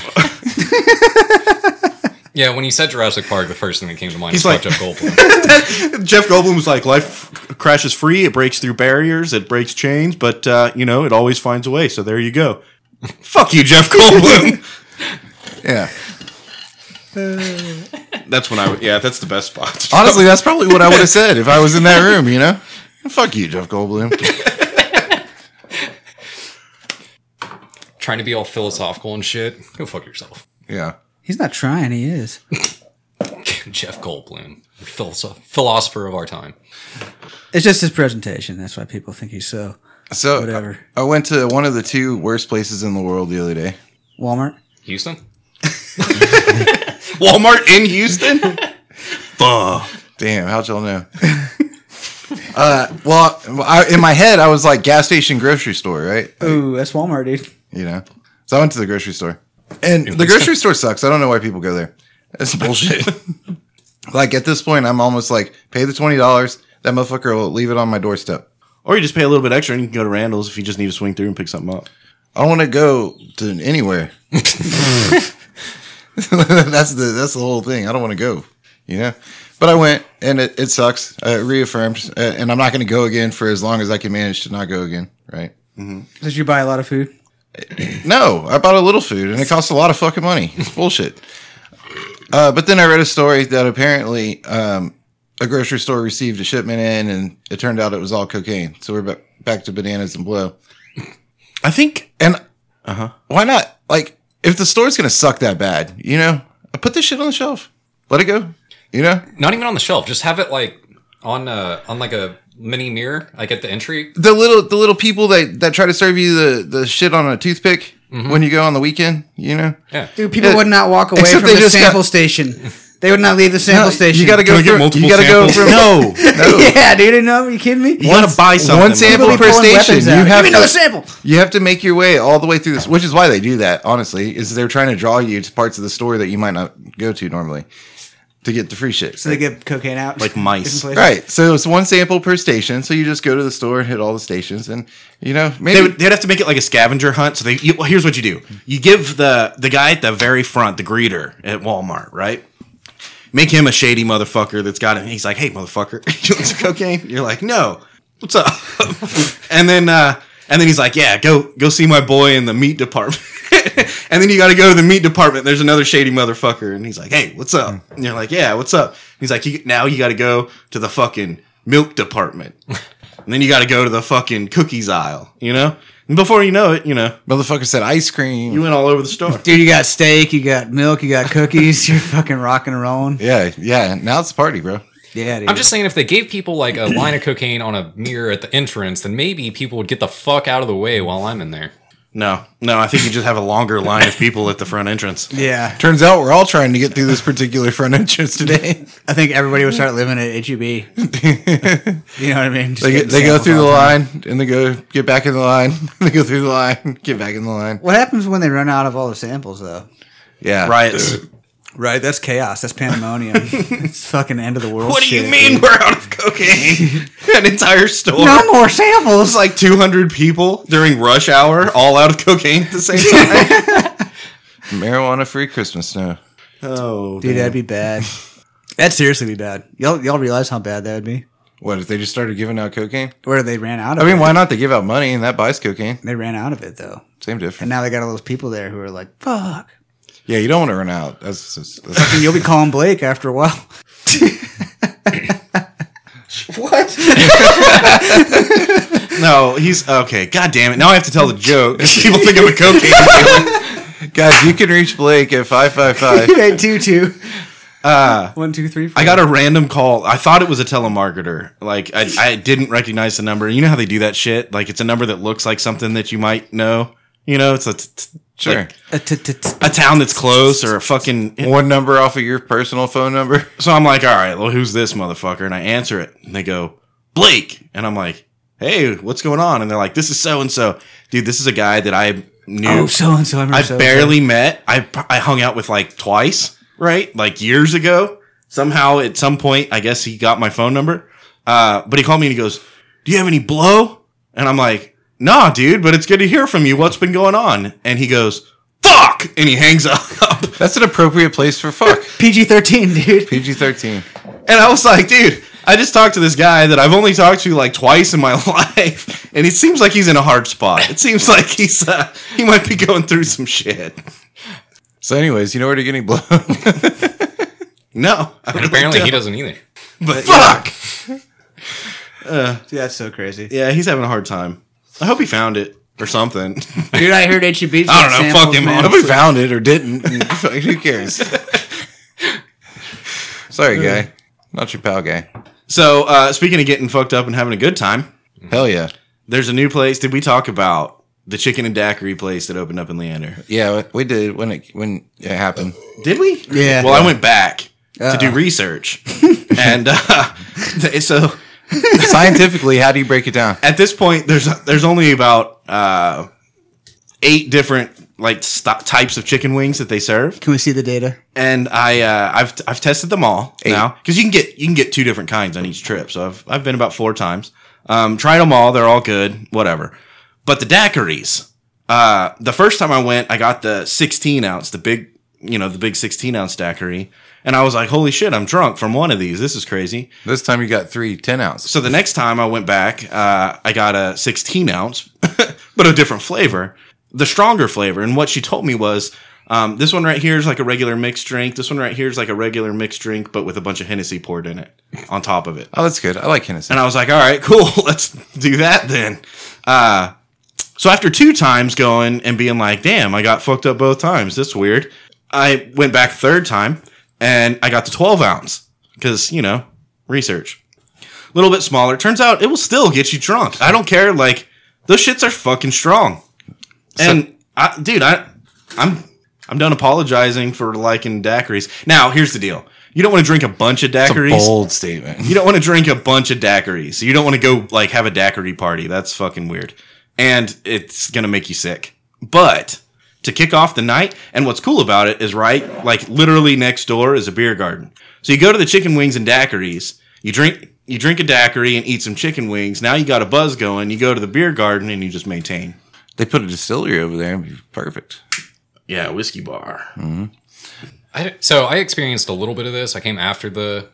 B: yeah, when you said Jurassic Park, the first thing that came to mind
D: He's
B: is like,
D: like-
B: Jeff Goldblum.
D: Jeff Goldblum was like, life f- crashes free, it breaks through barriers, it breaks chains, but uh, you know, it always finds a way. So there you go. Fuck you, Jeff Goldblum.
A: yeah.
D: that's when I. would- Yeah, that's the best spot.
A: Honestly, that's probably what I would have said if I was in that room. You know, fuck you, Jeff Goldblum.
B: Trying to be all philosophical and shit. Go fuck yourself,
A: Yeah.
C: He's not trying. He is.
B: Jeff Goldblum, philosoph- philosopher of our time.
C: It's just his presentation. That's why people think he's so
A: So
C: Whatever.
A: I went to one of the two worst places in the world the other day.
C: Walmart.
B: Houston.
D: Walmart in Houston. Fuck.
A: Damn, how'd y'all know? uh, well, I, in my head, I was like gas station, grocery store, right?
C: Ooh, that's Walmart, dude.
A: You know, so I went to the grocery store, and the grocery store sucks. I don't know why people go there. That's bullshit. like at this point, I'm almost like pay the twenty dollars. That motherfucker will leave it on my doorstep.
D: Or you just pay a little bit extra and you can go to Randall's if you just need to swing through and pick something up.
A: I don't want to go to anywhere. that's the that's the whole thing. I don't want to go. You know, but I went and it, it sucks. Uh, it reaffirmed, uh, and I'm not going to go again for as long as I can manage to not go again. Right?
C: Did you buy a lot of food?
A: No, I bought a little food, and it costs a lot of fucking money. It's bullshit. Uh, but then I read a story that apparently um, a grocery store received a shipment in, and it turned out it was all cocaine. So we're ba- back to bananas and blow.
D: I think.
A: And why not? Like, if the store's gonna suck that bad, you know, put this shit on the shelf. Let it go. You know,
B: Not even on the shelf. Just have it like on uh on like a mini mirror, like at the entry.
A: the little the little people that that try to serve you the the shit on a Mm-hmm. toothpick when you go on the weekend. You know,
B: Yeah.
C: Dude, people
A: Yeah.
C: would not walk away
A: Except
C: from
A: they
C: the
A: just got-
C: sample station They would not leave the sample station.
A: You gotta
D: Can
A: go.
D: I get
A: through-
D: multiple
A: you gotta go
D: samples?
A: from no. no.
C: yeah, dude. You know, are you kidding me?
D: You gotta buy something.
A: One sample
C: People be
A: per
C: pulling
A: station.
C: weapons out.
A: You
C: Give
A: have
C: me another
A: to,
C: sample.
A: You have to make your way all the way through this, which is why they do that. Honestly, is they're trying to draw you to parts of the store that you might not go to normally to get the free shit.
C: So they get cocaine out.
D: Like mice.
C: Different places.
A: right. So it's one sample per station. So you just go to the store and hit all the stations, and you know maybe
D: They would, they'd have to make it like a scavenger hunt. So they you, well, here's what you do: you give the the guy at the very front, the greeter at Walmart, right? Make him a shady motherfucker that's got him. He's like, "Hey, motherfucker, you want some cocaine?" You're like, "No, what's up?" and then uh, and then he's like, "Yeah, go go see my boy in the meat department." and then you got to go to the meat department. There's another shady motherfucker, and he's like, "Hey, what's up?" And you're like, "Yeah, what's up?" He's like, you, "Now you got to go to the fucking milk department." And then you got to go to the fucking cookies aisle, you know? And before you know it, you know,
A: motherfucker said ice cream.
D: you went all over the store.
C: Dude, you got steak, you got milk, you got cookies. You're fucking rocking and rolling.
A: yeah, yeah. Now it's a party, bro.
C: Yeah, dude.
B: I'm just saying, if they gave people like a line of cocaine on a mirror at the entrance, then maybe people would get the fuck out of the way while I'm in there.
D: No, no, I think you just have a longer line of people at the front entrance.
C: Yeah,
A: Turns out we're all trying to get through this particular front entrance today.
C: I think everybody would start living at E HEB. you know what I mean? Just
A: They, get,
C: getting
A: they go
C: samples
A: through the
C: all time.
A: line and they go get back in the line. they go through the line, get back in the line.
C: What happens when they run out of all the samples, though?
A: Yeah,
D: Riots.
C: Right, that's chaos. That's pandemonium. it's fucking end of the world.
D: what do you
C: shit,
D: mean
C: dude.
D: we're out of cocaine? An entire store.
C: No more samples.
D: It's like 200 people during rush hour, all out of cocaine at the same time.
A: Marijuana free Christmas snow.
D: oh,
C: Dude, that'd be bad. That'd seriously be bad. Y'all, y'all realize how bad that would be?
A: What if they just started giving out cocaine?
C: Where they ran out of
A: I mean,
C: it.
A: why not? They give out money and that buys cocaine.
C: They ran out of it, though.
A: Same
C: And
A: difference.
C: now they got all those people there who are like, fuck.
A: Yeah, you don't want to run out. That's, that's, that's-
C: You'll be calling Blake after a while.
D: No, he's okay. God damn it. Now I have to tell the joke. People think I'm a cocaine dealer.
A: guys. You can reach Blake at five five five.
C: Eight, two, two. Uh, One, two, three, four.
D: I got a random call. I thought it was a telemarketer. Like I, I didn't recognize the number. You know how they do that shit? Like it's a number that looks like something that you might know. You know, it's a t- t-
A: Sure,
D: like,
C: a Uh, t- t- t-
D: a town that's close or a fucking.
A: one number off of your personal phone number.
D: So I'm like, all right, well, who's this motherfucker? And I answer it, and they go, Blake, and I'm like, hey, what's going on? And they're like, this is so and so, dude. This is a guy that I knew.
C: Oh, so and so. I
D: I
C: remember so-and-so.
D: barely met. I pr- I hung out with like twice, right? Like years ago. Somehow at some point, I guess he got my phone number. Uh, but he called me and he goes, "Do you have any blow?" And I'm like, "Nah, dude. But it's good to hear from you. What's been going on?" And he goes, "Fuck!" And he hangs up.
A: That's an appropriate place for fuck.
C: PG 13, dude.
A: PG thirteen.
D: and I was like, "Dude." I just talked to this guy that I've only talked to like twice in my life, and it seems like he's in a hard spot. It seems like he's uh, he might be going through some shit.
A: So, anyways, you know where to get any blow.
D: No, I
B: And
D: really
B: apparently, he
D: don't,
B: doesn't either.
D: But fuck.
C: Dude, that's so crazy.
D: Yeah, he's having a hard time. I hope he found it or something.
C: Dude, I heard E HEB.
D: I don't know, fuck him,
A: Nobody found it or didn't. and fuck, Who cares? Sorry, guy. Not your pal, guy.
D: so, uh, speaking of getting fucked up and having a good time,
A: Hell yeah.
D: there's a new place. Did we talk about the chicken and daiquiri place that opened up in Leander?
A: Yeah, we did when it when it happened.
D: Did we?
C: Yeah.
D: Well, I went back to do research, and uh, th- so
A: Scientifically, how do you break it down?
D: at this point, there's there's only about uh, eight different like st- types of chicken wings that they serve.
C: Can we see the data?
D: and I uh, I've I've tested them all now because you can get you can get two different kinds on each trip. So I've I've been about four times. Um, tried them all; they're all good, whatever. But the daiquiris. Uh, the first time I went, I got the 16 ounce, the big, you know, the big 16 ounce daiquiri, and I was like, "Holy shit, I'm drunk from one of these. This is crazy."
A: This time you got three 10 ounce.
D: So the next time I went back, uh, I got a 16 ounce, but a different flavor, the stronger flavor. And what she told me was, um, this one right here is like a regular mixed drink. This one right here is like a regular mixed drink, but with a bunch of Hennessy poured in it on top of it.
A: Oh, that's good. I like Hennessy.
D: And I was like, all right, cool, let's do that then. Uh, so after two times going and being like, damn, I got fucked up both times. That's weird. I went back third time and I got the 12 ounce because, you know, research. A little bit smaller. Turns out it will still get you drunk. I don't care. Like, those shits are fucking strong. and, I, dude, I, I'm I'm done apologizing for liking daiquiris. Now, here's the deal. You don't want to drink a bunch of
A: It's a
D: daiquiris.
A: bold statement.
D: You don't want to drink a bunch of daiquiris. You don't want to go like have a daiquiri party. That's fucking weird. And it's going to make you sick. But to kick off the night, and what's cool about it is right, like literally next door is a beer garden. So you go to the chicken wings and daiquiris. You drink you drink a daiquiri and eat some chicken wings. Now you got a buzz going. You go to the beer garden and you just maintain.
A: They put a distillery over there and it'd be perfect.
D: Yeah, whiskey bar.
B: I, so I experienced a little bit of this. I came after the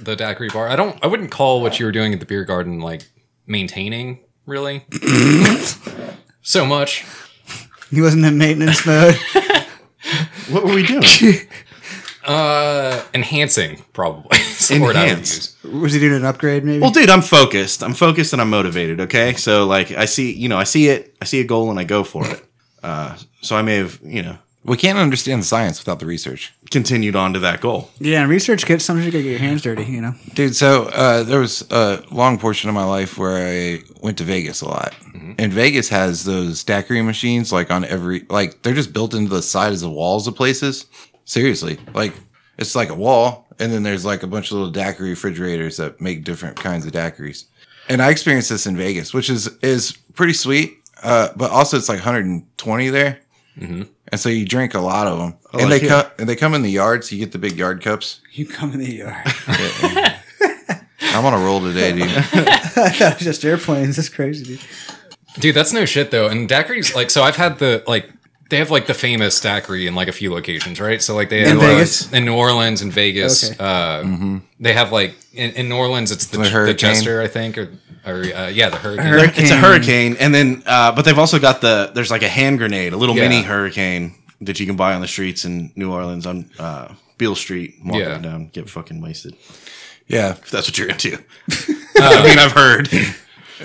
B: the daiquiri bar. I don't. I wouldn't call what you were doing at the beer garden like maintaining really so much.
C: He wasn't in maintenance mode.
D: What were we doing?
B: Uh, enhancing probably. is the word I would
D: Enhance.
B: use.
C: Was he doing an upgrade? Maybe.
D: Well, dude, I'm focused. I'm focused and I'm motivated. Okay, so like I see, you know, I see it. I see a goal and I go for it. Uh, so I may have, you know,
A: We can't understand science without the research.
D: continued on to that goal.
C: yeah, and research kits. Sometimes you gotta get your hands dirty. You know.
A: Dude, so uh, there was a long portion of my life where I went to Vegas a lot. And Vegas has those daiquiri machines, like on every, like they're just built into the sides of walls of places. Seriously, like it's like a wall, and then there's like a bunch of little daiquiri refrigerators that make different kinds of daiquiris. And I experienced this in Vegas, which is is pretty sweet, uh, but also it's like 120 there, and so you drink a lot of them. and
D: like
A: they
D: it.
A: come and they come in the yard, so you get the big yard cups.
C: You come in the E yard.
A: I'm on a roll today, dude.
C: That was just airplanes. That's crazy, dude.
B: Dude, that's no shit though. And daiquiris, like, so I've had the like they have like the famous daiquiri in like a few locations, right? So like they have
C: In Vegas?
B: in New Orleans and Vegas.
C: Okay. Mm-hmm.
B: Uh, They have like in, in New Orleans, it's the,
A: The
B: Ch- the,
A: hurricane.
B: Chester, I think, or or uh, yeah, the hurricane.
C: Hurricane.
D: It's a hurricane, and then uh, but they've also got the there's like a hand grenade, a little
B: Yeah.
D: mini hurricane that you can buy on the streets in New Orleans on uh, Beale Street. Walk
B: Yeah.
D: it down, get fucking wasted.
A: Yeah.
D: If that's what you're into. I mean, I've heard.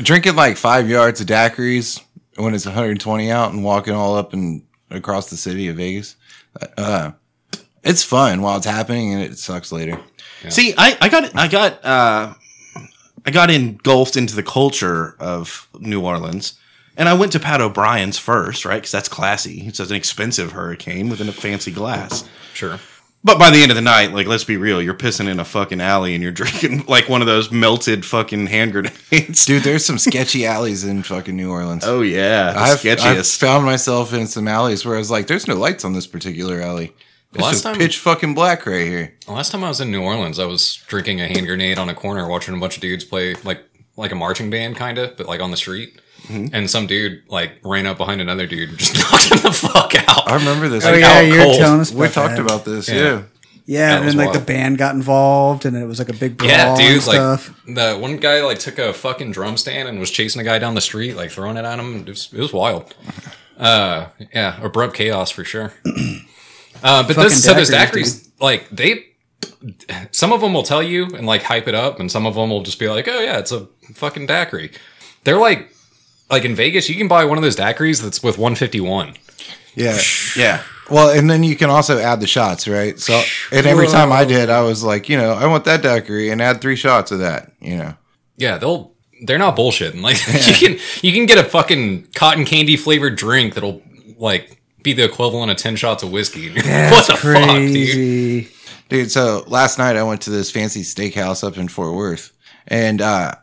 A: Drinking like five yards of daiquiris when it's 120 out and walking all up and across the city of Vegas. Uh, it's fun while it's happening and it sucks later.
D: See, I, I got I got uh, I got engulfed into the culture of New Orleans, and I went to Pat O'Brien's first, right? Because that's classy. It's an expensive hurricane within a fancy glass.
B: Sure.
D: But by the end of the night, like let's be real, you're pissing in a fucking alley and you're drinking like one of those melted fucking hand grenades.
A: Dude, there's some sketchy alleys in fucking New Orleans.
D: Oh yeah, the
A: I've, I've
D: sketchiest.
A: found myself in some alleys where I was like, there's no lights on this particular alley. It's
B: Last
A: just
B: time-
A: pitch fucking black right here.
B: The Last time I was in New Orleans, I was drinking a hand grenade on a corner, watching a bunch of dudes play like like a marching band, kind of, but like on the street.
A: Mm-hmm.
B: And some dude like ran up behind another dude and just knocked him the fuck out.
A: I remember this.
C: Oh
A: Like,
C: yeah,
B: out
C: you were
B: cold.
C: telling us.
A: we
C: about
A: talked
C: that.
A: about this. Yeah.
B: Yeah.
C: Yeah,
B: That
C: and
B: was
C: then like
B: wild.
C: the band got involved, and it was like a big brawl
B: Yeah,
C: and
B: dude, like
C: stuff.
B: the one guy like took a fucking drum stand and was chasing a guy down the street, like throwing it at him. It was, it was wild. Uh, yeah, abrupt chaos for sure. Uh, but this, so those
C: daiquiris,
B: daiquiris, like they, some of them will tell you and like hype it up, and some of them will just be like, "Oh yeah, it's a fucking daiquiri." They're like, like in Vegas, you can buy one of those daiquiris that's with 151.
A: Yeah.
D: yeah,
A: Well, and then you can also add the shots, right? So, and every time I did, I was like, you know, I want that daiquiri and add three shots of that, you know.
B: Yeah, they'll they're not bullshitting. Like you can you can get a fucking cotton candy flavored drink that'll like be the equivalent of ten shots of whiskey. what the fuck, dude?
C: Crazy.
A: Dude, so last night I went to this fancy steakhouse up in Fort Worth. And, uh,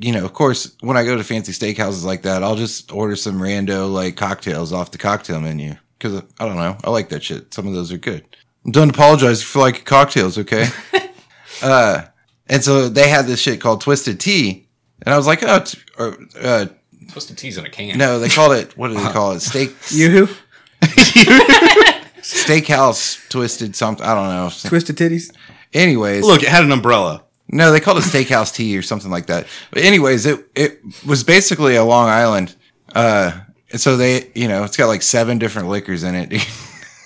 A: you know, of course, when I go to fancy steakhouses like that, I'll just order some rando like cocktails off the cocktail menu because I don't know. I like that shit. Some of those are good. I'm done apologizing for like cocktails, okay? uh, and so they had this shit called Twisted Tea. And I was like, oh, t- or, uh,
B: Twisted teas in a can.
A: No, they called it. What do
B: Uh-huh.
A: they call it? Steak
C: Yoo-hoo,
A: steakhouse twisted something. I don't know.
C: twisted titties.
A: Anyways,
D: look, it had an umbrella.
A: no, they called it steakhouse tea or something like that. But anyways, it it was basically a Long Island. Uh, and so they, you know, it's got like seven different liquors in it.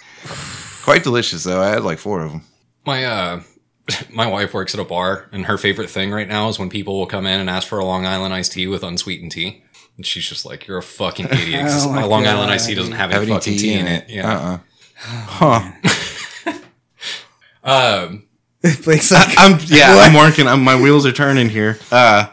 A: Quite delicious though. I had like four of them.
B: My uh my wife works at a bar and her favorite thing right now is when people will come in and ask for a Long Island iced tea with unsweetened tea. And she's just like, You're a fucking idiot. 'cause
C: Oh my
B: a Long
C: God.
B: Island iced tea doesn't have any
A: Have any
B: fucking
A: tea, in it?
B: Yeah.
A: Uh-uh. Oh.
B: Um
C: Blake's like,
D: I'm yeah, I'm working. I'm, my wheels are turning here. Uh,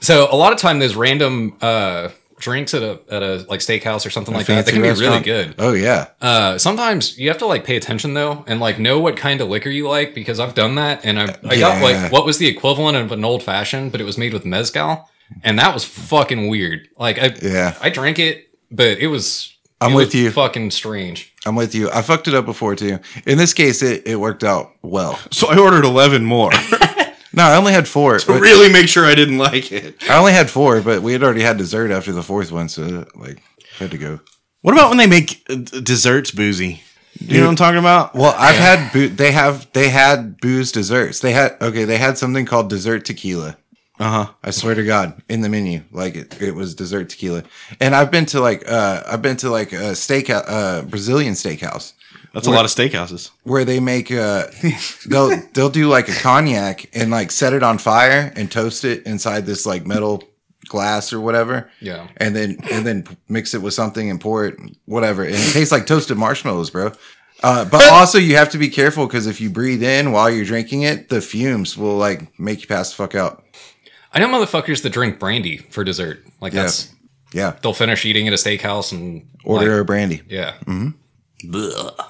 B: So a lot of time, those random uh, drinks at a at a like steakhouse or something like that,
A: Fancy
B: that can be really
A: restaurant.
B: good.
A: Oh yeah.
B: Uh, sometimes you have to like pay attention though, and like know what kind of liquor you like because I've done that, and I I got
A: Yeah.
B: like what was the equivalent of an old fashioned, but it was made with mezcal, and that was fucking weird. Like I
A: Yeah.
B: I drank it, but it was
A: I'm
B: it
A: with
B: was
A: you.
B: Fucking strange.
A: I'm with you. I fucked it up before too. In this case, it, it worked out well.
D: So I ordered 11 more
A: No, I only had four.
D: to
A: but-
D: really make sure I didn't like it.
A: I only had four, but we had already had dessert after the fourth one, so like had to go.
D: What about when they make uh, d- desserts boozy? You know what I'm talking about?
A: Well, I've had boo- they have they had booze desserts. They had okay, they had something called dessert tequila.
D: Uh huh.
A: I swear to God, in the menu, like it, it was dessert tequila. And I've been to like uh I've been to like a steak uh Brazilian steakhouse
D: That's a lot of steakhouses.
A: where they make uh they'll they'll do like a cognac and like set it on fire and toast it inside this like metal glass or whatever.
B: Yeah.
A: And then and then mix it with something and pour it whatever. And it tastes like toasted marshmallows, bro. Uh, but also you have to be careful because if you breathe in while you're drinking it, the fumes will like make you pass the fuck out.
B: I know motherfuckers that drink brandy for dessert. Like that's
A: Yeah.
B: they'll finish eating at a steakhouse and
A: Order
B: like,
A: a Mm-hmm. brandy.
B: yeah.
E: Blech.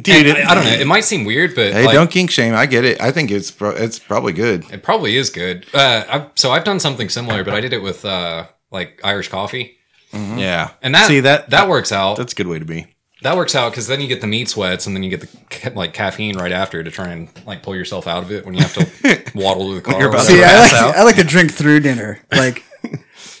D: Dude, it-
B: I don't know. It might seem weird, but
A: Hey,
B: like,
A: don't kink shame. I get it. I think it's pro- it's probably good.
B: It probably is good. Uh, I've, so I've done something similar, but I did it with uh, like Irish coffee,
D: Yeah.
B: and that
D: see that
B: that works out.
D: Mm-hmm. that's a good way to be.
B: That works out because then you get the meat sweats, and then you get the ca- like caffeine right after to try and like pull yourself out of it when you have to waddle to the car. or
D: about
B: whatever.
C: See, I like,
D: pass out.
C: I like to drink through dinner. Like,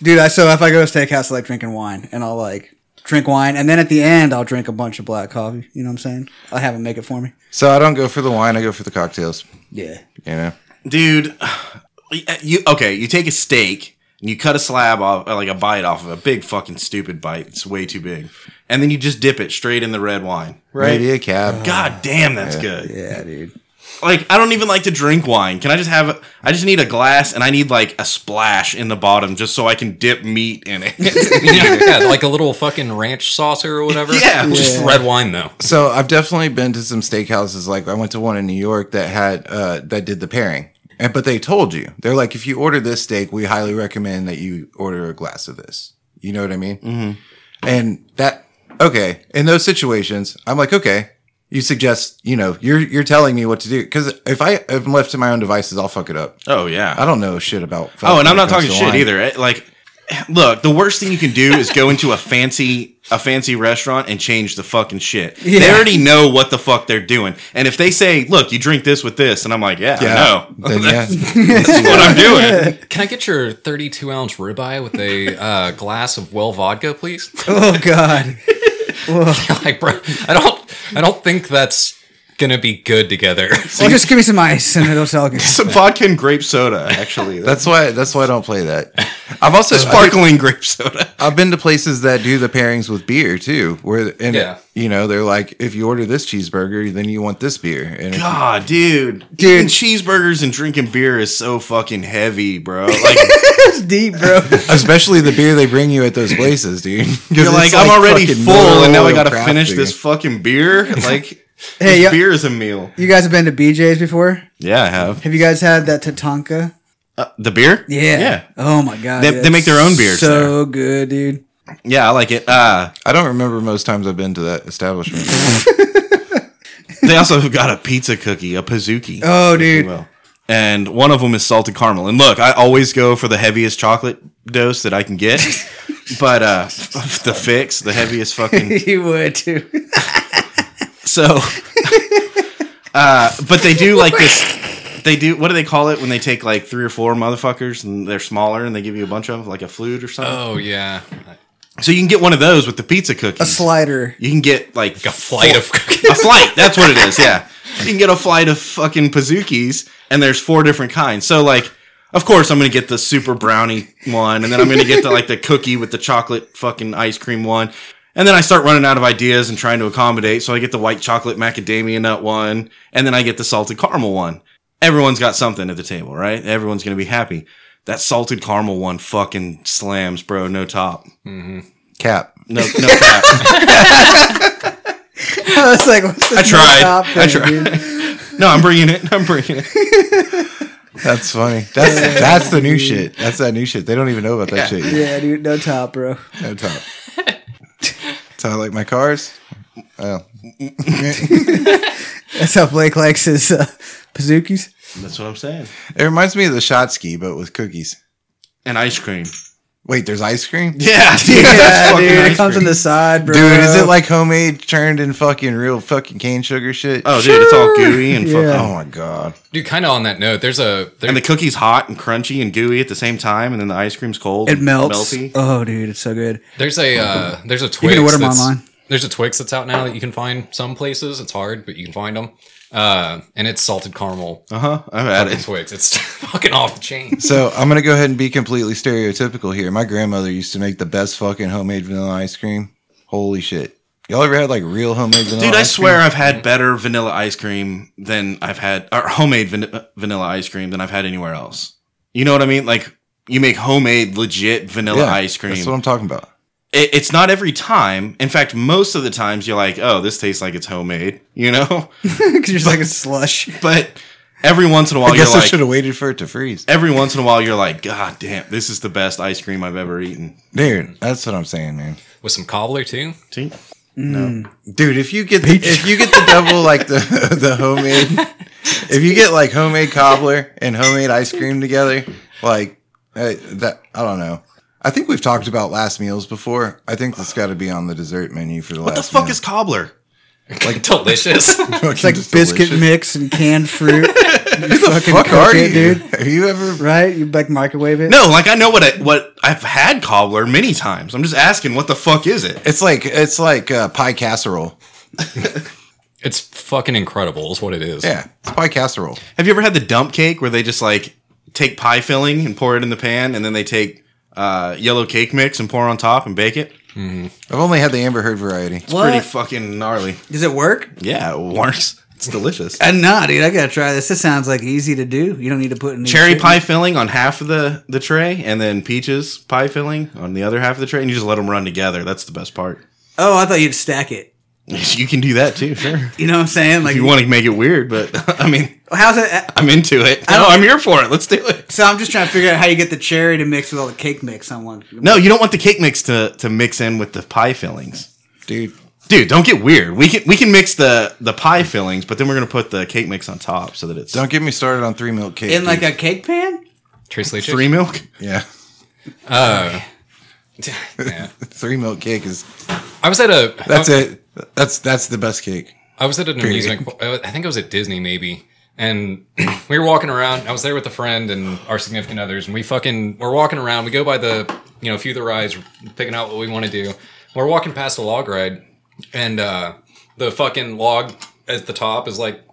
C: dude, I so if I go to a steakhouse, I like drinking wine, and I'll like drink wine, and then at the end, I'll drink a bunch of black coffee. You know what I'm saying? I'll have them make it for me.
A: So I don't go for the wine. I go for the cocktails.
C: Yeah.
A: You know.
D: Dude, you okay, you take a steak and you cut a slab off uh, like a bite off of a big fucking stupid bite. It's way too big. And then you just dip it straight in the red wine. Right?
A: Maybe a
B: Uh-huh.
A: cab.
D: God damn, that's good.
C: Yeah, dude.
D: Like I don't even like to drink wine. Can I just have? A, I just need a glass, and I need like a splash in the bottom, just so I can dip meat in it.
B: yeah, like a little fucking ranch saucer or whatever.
D: Yeah.
B: just
C: Yeah.
B: red wine though.
A: So I've definitely been to some steakhouses. Like I went to one in New York that had uh, that did the pairing, and but they told you they're like, if you order this steak, we highly recommend that you order a glass of this. You know what I mean? Mm-hmm. And that okay in those situations, I'm like, okay, you suggest, you know, you're you're telling me what to do because if I if I'm left to my own devices, I'll fuck it up.
D: oh yeah.
A: I don't know shit about.
D: Oh, and
A: when it
D: I'm not
A: comes
D: talking
A: to
D: shit
A: wine.
D: either. It- Like, look, the worst thing you can do is go into a fancy a fancy restaurant and change the fucking shit. They
C: Yeah.
D: already know what the fuck they're doing, and if they say, "Look, you drink this with this," and I'm like, "Yeah, I know.
A: Then, yeah.
D: that's what I'm doing."
B: Can I get your 32 ounce ribeye with a uh, glass of well vodka, please?
C: Oh God.
B: like, bro, I don't, I don't think that's gonna be good together.
C: Well, just give me some ice, and it'll all good.
D: Some vodka and grape soda, actually. That's
A: That's why. That's why I don't play that. I've also
D: sparkling grape soda.
A: I've been to places that do the pairings with beer too, where and
B: Yeah.
A: you know they're like, if you order this cheeseburger, then you want this beer. And if-
D: God, dude,
C: Dude.
D: eating cheeseburgers and drinking beer is so fucking heavy, bro. Like,
C: It's deep, bro.
A: especially the beer they bring you at those places, dude. 'Cause
D: you're like,
A: it's
D: I'm already
A: fucking
D: full, and now I
A: Miller
D: gotta
A: Lite
D: finish
A: craft
D: this
A: beer.
D: fucking beer. Like,
C: Hey,
D: this
C: yeah.
D: beer is a meal.
C: You guys have been to BJ's before?
D: Yeah, I have.
C: Have you guys had that Tatanka?
D: Uh, the beer?
C: Yeah.
D: Yeah.
C: Oh my God.
D: They-
C: yeah,
D: they make their own beers
C: So good, dude.
D: Yeah, I like it. Uh,
A: I don't remember most times I've been to that establishment.
D: they also have got a pizza cookie, a Pizookie.
C: Oh, dude.
D: Well, and one of them is salted caramel. And look, I always go for the heaviest chocolate dose that I can get. but uh, the fix, the heaviest fucking.
C: You would too.
D: So, uh, but they do like this. They do. What do they call it when they take like three or four motherfuckers and they're smaller and they give you a bunch of like a flute or something?
B: oh yeah,
D: So you can get one of those with the pizza cookie.
C: A slider.
D: you can get like
B: a flight of cookies.
D: a flight. That's what it is. Yeah, you can get a flight of fucking pazukis, and there's four different kinds. So like, of course, I'm gonna get the super brownie one, and then I'm gonna get the like the cookie with the chocolate fucking ice cream one, and then I start running out of ideas and trying to accommodate. So I get the white chocolate macadamia nut one, and then I get the salted caramel one. Everyone's got something at the table, right? Everyone's gonna be happy. That salted caramel one fucking slams, bro. No top.
A: Cap.
D: No, no cap.
C: I was like, what's this
D: I tried.
C: Top
D: I
C: thing,
D: tried.
C: dude?
D: No, I'm bringing it. I'm bringing it.
A: That's funny. That's that's the new shit. That's that new shit. They don't even know about that shit. Yet.
C: Yeah, dude, no top, bro.
A: No top. That's how I like my cars. Oh,
C: That's how Blake likes his uh, Pazookies.
D: That's what I'm saying.
A: it reminds me of the Shotski, but with cookies.
D: And ice cream.
A: Wait, there's ice cream, dude.
D: Yeah, dude.
C: Yeah, dude,
D: ice
C: it comes on
D: cream.
C: the side, bro.
A: Is it like homemade, turned in fucking real fucking cane sugar shit?
D: Oh, dude, it's all gooey and
C: Yeah.
D: fucking.
A: oh my god.
B: Dude, kind of on that note, there's a there,
D: And the cookie's hot and crunchy and gooey at the same time, and then the ice cream's cold.
C: It
D: and
C: melts.
D: Melty.
C: Oh, dude, it's so good.
B: there's a uh, there's a Twix.
C: order 'em
B: that's-
C: online.
B: There's a Twix that's out now that you can find some places. It's hard, but you can find them. Uh, and it's salted caramel
D: Uh huh. I've had it.
B: Twix. It's fucking off the chain.
A: So I'm gonna go ahead and be completely stereotypical here. My grandmother used to make the best fucking homemade vanilla ice cream. Holy shit! Y'all ever had like real homemade vanilla?
D: Dude, I
A: ice cream?
D: swear I've had better vanilla ice cream than I've had, or homemade van- vanilla ice cream than I've had anywhere else. You know what I mean? Like, you make homemade, legit vanilla
A: Yeah,
D: ice cream.
A: That's what I'm talking about.
D: it, it's not every time. In fact, most of the times you're like, oh, this tastes like it's homemade, you know?
C: Because you're just like a slush.
D: but every once in a while
A: I
D: Oh, you're
A: guess I
D: like,
A: should have waited for it to freeze.
D: every once in a while you're like, God damn, this is the best ice cream I've ever eaten.
A: Dude, that's what I'm saying, man.
B: With some cobbler too.
D: See?
A: Dude, if you get the, if you get the double like the the homemade, if you get like homemade cobbler and homemade ice cream together, like uh, that, I don't know. I think we've talked about last meals before. I think that's got to be on the dessert menu for the
D: What the
A: last.
D: fuck is cobbler?
B: Like delicious.
A: is
C: It's like biscuit mix and canned fruit.
A: Who the fuck
C: cook
A: are you,
C: it,
A: dude? Have you ever?
C: right? You like microwave it?
D: No, like I know what I, what I've had cobbler many times. I'm just asking, what the fuck is it?
A: It's like it's like uh, pie casserole.
B: it's fucking incredible. Is what it is.
A: Yeah, it's pie casserole.
D: Have you ever had the dump cake where they just like take pie filling and pour it in the pan, and then they take uh, yellow cake mix and pour on top and bake it?
A: I've only had the Amber Heard variety.
D: It's pretty fucking gnarly.
C: Does it work?
D: Yeah, it works. It's delicious.
C: Uh, nah, dude. I gotta try this. This sounds like easy to do. You don't need to put any
D: cherry
C: shit in
D: pie filling on half of the, the tray and then peaches pie filling on the other half of the tray and you just let them run together that's the best part
C: it. Oh, I thought you'd stack it.
D: you can do that too sure if
C: You know what I'm saying? Like,
D: you want to make it weird but i mean
C: how's it? uh,
D: i'm into it no i'm here for it let's do it
C: So I'm just trying to figure out how you get the cherry to mix with all the cake mix on one.
D: no you don't want the cake mix to, to mix in with the pie fillings
A: Dude,
D: dude don't get weird we can we can mix the the pie fillings but then we're gonna put the cake mix on top so that it's
A: don't get me started on three milk cake.
C: In like
A: dude.
C: a cake pan?
B: Trace Leches.
D: three milk
A: yeah,
B: Yeah.
A: three milk cake is
B: I was at a.
A: that's
B: I,
A: it. That's that's the best cake.
B: I was at an amusement. I think I was at Disney maybe, and we were walking around. I was there with a friend and our significant others, and we fucking we're walking around. We go by the you know a few of the rides, picking out what we want to do. We're walking past the log ride, and uh, the fucking log at the top is like